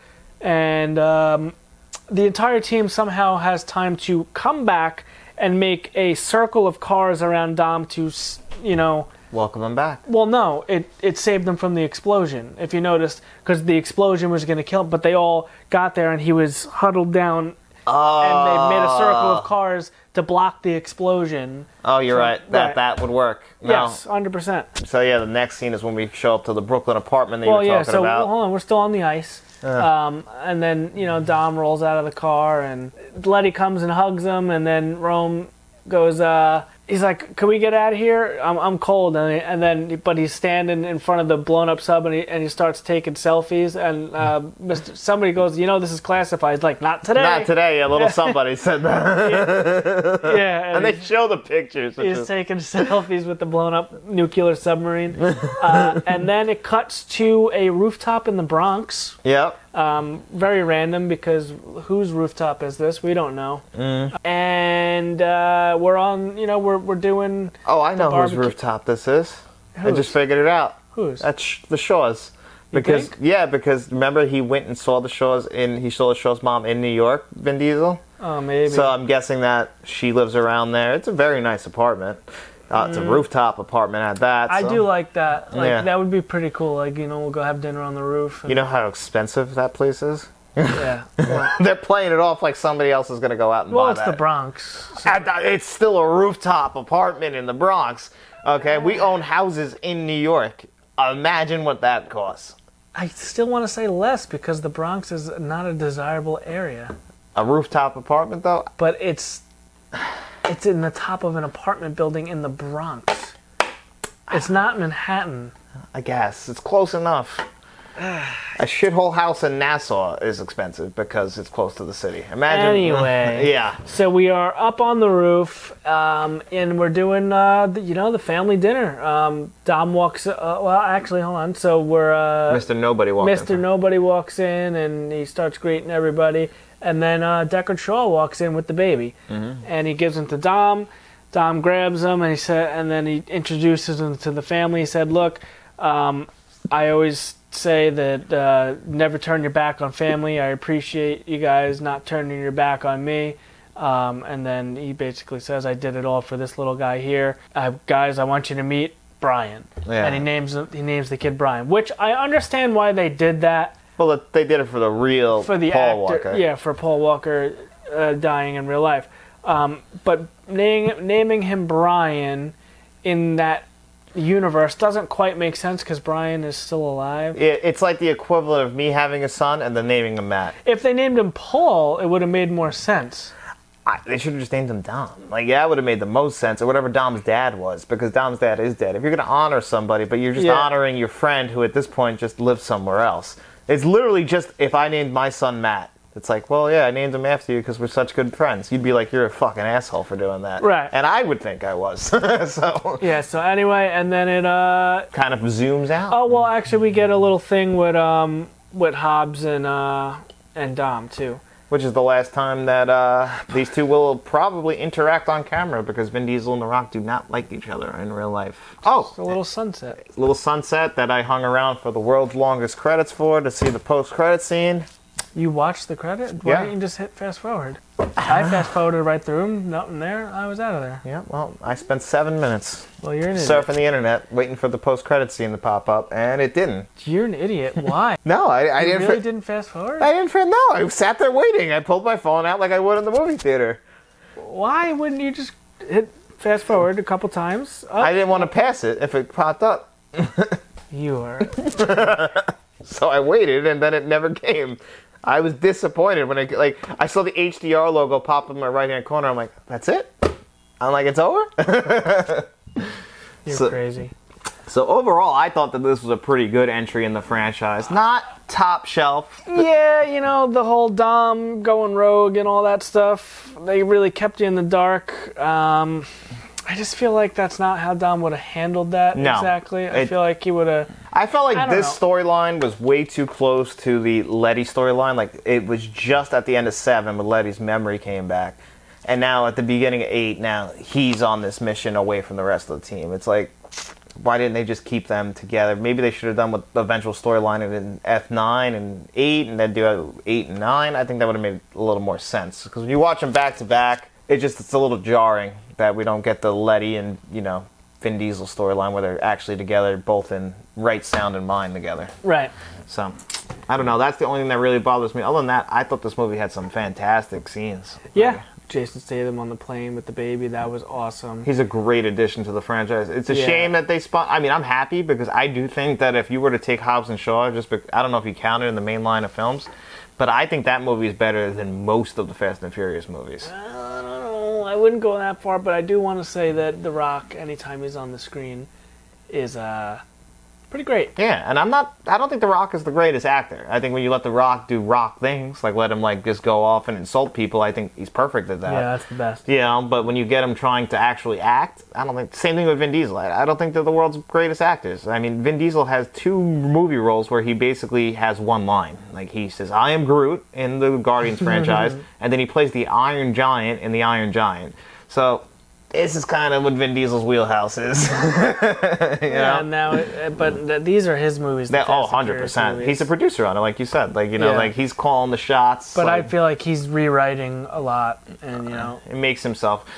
Speaker 3: and um, the entire team somehow has time to come back and make a circle of cars around Dom to, s- you know.
Speaker 2: Welcome him back.
Speaker 3: Well, no, it, it saved them from the explosion, if you noticed, because the explosion was going to kill him, but they all got there and he was huddled down and they made a circle
Speaker 2: Uh.
Speaker 3: of cars to block the explosion.
Speaker 2: Oh, you're right. That
Speaker 3: right.
Speaker 2: that would work. No.
Speaker 3: Yes, 100%.
Speaker 2: So yeah, the next scene is when we show up to the Brooklyn apartment that you
Speaker 3: well,
Speaker 2: were
Speaker 3: yeah.
Speaker 2: talking
Speaker 3: So
Speaker 2: about. Uh.
Speaker 3: well, hold on, we're still on the ice. Um, and then you know Dom rolls out of the car, and Letty comes and hugs him, and then Rome goes. Uh, he's like, "Can we get out of here? I'm, I'm cold." And, and then, but he's standing in front of the blown up sub, and he, and he starts taking selfies. And uh, Mr. somebody goes, "You know, this is classified." He's like, "Not today."
Speaker 2: Not today. A little somebody said that,
Speaker 3: Yeah.
Speaker 2: and
Speaker 3: and
Speaker 2: they show the pictures. which
Speaker 3: is
Speaker 2: is-
Speaker 3: taking selfies with the blown up nuclear submarine, uh, and then it cuts to a rooftop in the Bronx
Speaker 2: Yep.
Speaker 3: very random because whose rooftop is this? We don't know.
Speaker 2: Mm.
Speaker 3: And uh, we're on, you know, we're, we're doing
Speaker 2: Oh, I know whose
Speaker 3: barbecue-
Speaker 2: rooftop this is. I
Speaker 3: Whose?
Speaker 2: just figured it out.
Speaker 3: whose?
Speaker 2: That's Sh- the Shaws. Because
Speaker 3: think?
Speaker 2: yeah, because remember he went and saw the Shaws in he saw the Shaws mom in New York, Vin Diesel.
Speaker 3: oh, maybe.
Speaker 2: So I'm guessing that she lives around there. It's a very nice apartment. Uh, It's a rooftop apartment at that.
Speaker 3: Mm. I
Speaker 2: so-
Speaker 3: do like that. Like
Speaker 2: Yeah.
Speaker 3: that would be pretty cool. Like you know, we'll go have dinner on the roof. And,
Speaker 2: You know how expensive that place is.
Speaker 3: yeah. Well,
Speaker 2: They're playing it off like somebody else is going to go out and
Speaker 3: well,
Speaker 2: buy
Speaker 3: it's
Speaker 2: that.
Speaker 3: the Bronx. So-
Speaker 2: At the- it's still a rooftop apartment in the Bronx. Okay, we own houses in New York. Imagine what that costs.
Speaker 3: I still want to say less because the Bronx is not a desirable area,
Speaker 2: A rooftop apartment though.
Speaker 3: but it's it's in the top of an apartment building in the Bronx. It's not Manhattan.
Speaker 2: I guess it's close enough. A shithole house in Nassau is expensive because it's close to the city. Imagine.
Speaker 3: Anyway.
Speaker 2: yeah.
Speaker 3: So we are up on the roof, um, and we're doing, uh, the, you know, the family dinner. Um, Dom walks. Uh, well, actually, hold on. So we're uh,
Speaker 2: Mr. Nobody walked. in.
Speaker 3: Mr. Nobody walks in, and he starts greeting everybody, and then uh, Deckard Shaw walks in with the baby, and he gives him to Dom. Dom grabs him, and he said, and then he introduces him to the family. He said, "Look, um, I always say that uh, never turn your back on family. I appreciate you guys not turning your back on me. Um, and then he basically says, I did it all for this little guy here. Uh, guys, I want you to meet Brian.
Speaker 2: Yeah.
Speaker 3: And he names he names the kid Brian, which I understand why they did that
Speaker 2: Well, it- they did it for the real
Speaker 3: for the
Speaker 2: Paul
Speaker 3: actor.
Speaker 2: Walker.
Speaker 3: Yeah, for Paul Walker uh, dying in real life. Um, but naming, naming him Brian in that universe doesn't quite make sense because Brian is still alive.
Speaker 2: It- it's like the equivalent of me having a son and then naming him Matt.
Speaker 3: If they named him Paul, it would have made more sense.
Speaker 2: I, they should have just named him Dom. Like, yeah, that would have made the most sense, or whatever Dom's dad was, because Dom's dad is dead. If you're going to honor somebody, but you're just
Speaker 3: Yeah.
Speaker 2: honoring your friend who at this point just lives somewhere else. It's literally just if I named my son Matt, it's like, well, yeah, I named him after you because we're such good friends. You'd be like, you're a fucking asshole for doing that.
Speaker 3: Right.
Speaker 2: And I would think I was. so,
Speaker 3: Yeah. So anyway, and then it uh
Speaker 2: kind of zooms out.
Speaker 3: oh well actually we get a little thing with um with Hobbs and uh and Dom too.
Speaker 2: which is the last time that uh, these two will probably interact on camera because Vin Diesel and The Rock do not like each other in real life. Oh,
Speaker 3: A little sunset.
Speaker 2: little sunset that I hung around for the world's longest credits for to see the post credit scene.
Speaker 3: You watched the credit? Why
Speaker 2: Yeah.
Speaker 3: didn't you just hit fast forward? I fast forwarded right through 'em, Nothing there. I was out of there.
Speaker 2: Yeah, well, I spent seven minutes
Speaker 3: Well, you're an idiot.
Speaker 2: surfing the internet waiting for the post credit scene to pop up, and it didn't.
Speaker 3: You're an idiot. Why?
Speaker 2: No, I, I
Speaker 3: you
Speaker 2: didn't.
Speaker 3: really
Speaker 2: fi-
Speaker 3: didn't fast forward?
Speaker 2: I didn't. fi- No, I sat there waiting. I pulled my phone out like I would in the movie theater.
Speaker 3: Why wouldn't you just hit fast forward a couple times? Oh,
Speaker 2: I didn't want to pass it if it popped up.
Speaker 3: you are.
Speaker 2: So I waited, and then it never came. I was disappointed when I like I saw the HDR logo pop in my right hand corner. I'm like, that's it. I'm like, it's over.
Speaker 3: You're
Speaker 2: So-
Speaker 3: crazy.
Speaker 2: So overall, I thought that this was a pretty good entry in the franchise. Not top shelf.
Speaker 3: Yeah, you know the whole Dom going rogue and all that stuff. They really kept you in the dark. Um, I just feel like that's not how Dom would have handled that
Speaker 2: No.
Speaker 3: exactly. I
Speaker 2: It-
Speaker 3: feel like he would have.
Speaker 2: I felt
Speaker 3: I
Speaker 2: like
Speaker 3: don't
Speaker 2: this
Speaker 3: know.
Speaker 2: storyline was way too close to the Letty storyline. Like it was just at the end of seven when Letty's memory came back, and now at the beginning of eight, now he's on this mission away from the rest of the team. It's like, why didn't they just keep them together? Maybe they should have done with the eventual storyline in F nine and eight, and then do uh, eight and nine. I think that would have made a little more sense because when you watch them back to back, it just it's a little jarring that we don't get the Letty and you know Vin Diesel storyline where they're actually together, both in right sound and mind together.
Speaker 3: Right.
Speaker 2: So. I don't know. That's the only thing that really bothers me. Other than that, I thought this movie had some fantastic scenes.
Speaker 3: Yeah. Jason Statham on the plane with the baby. That was awesome.
Speaker 2: He's a great addition to the franchise. It's a
Speaker 3: Yeah.
Speaker 2: shame that they spot. I mean, I'm happy because I do think that if you were to take Hobbs and Shaw, just be- I don't know if you count it in the main line of films, but I think that movie is better than most of the Fast and Furious movies.
Speaker 3: I don't know. I wouldn't go that far, but I do want to say that The Rock, anytime he's on the screen, is uh pretty great.
Speaker 2: Yeah, and I'm not. I don't think The Rock is the greatest actor. I think when you let The Rock do rock things, like let him like just go off and insult people, I think he's perfect at that.
Speaker 3: that's the best.
Speaker 2: You know, but when you get him trying to actually act, I don't think. Same thing with Vin Diesel. I, I don't think they're the world's greatest actors. I mean, Vin Diesel has two movie roles where he basically has one line. Like he says, "I am Groot" in the Guardians franchise, and then he plays the Iron Giant in the Iron Giant. So this is kind of what Vin Diesel's wheelhouse is.
Speaker 3: Yeah. And now, it, but th- these are his movies. the
Speaker 2: that, oh,
Speaker 3: Fast and
Speaker 2: 100
Speaker 3: Furious
Speaker 2: percent.
Speaker 3: movies.
Speaker 2: He's a producer on it, like you said. Like you know,
Speaker 3: Yeah.
Speaker 2: like he's calling the shots.
Speaker 3: But
Speaker 2: like,
Speaker 3: I feel like he's rewriting a lot, and you know,
Speaker 2: it makes himself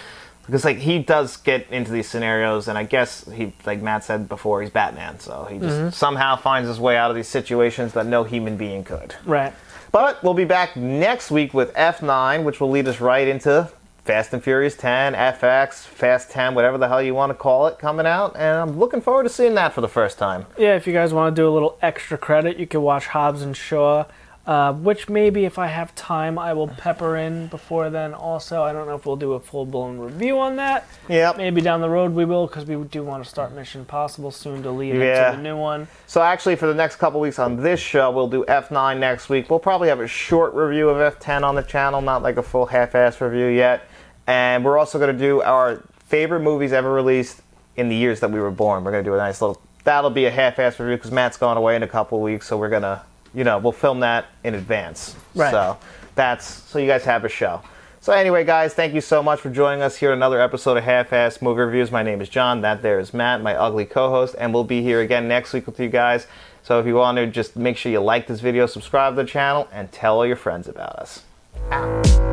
Speaker 2: because like he does get into these scenarios and i guess he like matt said before he's batman so he just somehow finds his way out of these situations that no human being could
Speaker 3: right?
Speaker 2: but we'll be back next week with f9 which will lead us right into fast and furious 10 fx fast 10 whatever the hell you want to call it coming out and i'm looking forward to seeing that for the first time
Speaker 3: Yeah. If you guys want to do a little extra credit, you can watch Hobbs and Shaw. Uh, which maybe if I have time, I will pepper in before then. Also, I don't know if we'll do a full blown review on that.
Speaker 2: yep
Speaker 3: Maybe down the road we will, because we do want to start Mission Possible soon to lead
Speaker 2: Yeah.
Speaker 3: into the new one.
Speaker 2: So actually, for the next couple weeks on this show, we'll do F9 next week. We'll probably have a short review of F10 on the channel, not like a full half-ass review yet. And we're also going to do our favorite movies ever released in the years that we were born. We're going to do a nice little. That'll be a half-ass review because Matt's going away in a couple weeks, so we're gonna, you know, we'll film that in advance.
Speaker 3: Right.
Speaker 2: So that's so you guys have a show. So anyway, guys, thank you so much for joining us here in another episode of Half Ass Movie Reviews. My name is John. That there is Matt, my ugly co-host, and we'll be here again next week with you guys. So if you want to, just make sure you like this video, subscribe to the channel, and tell all your friends about us. Out.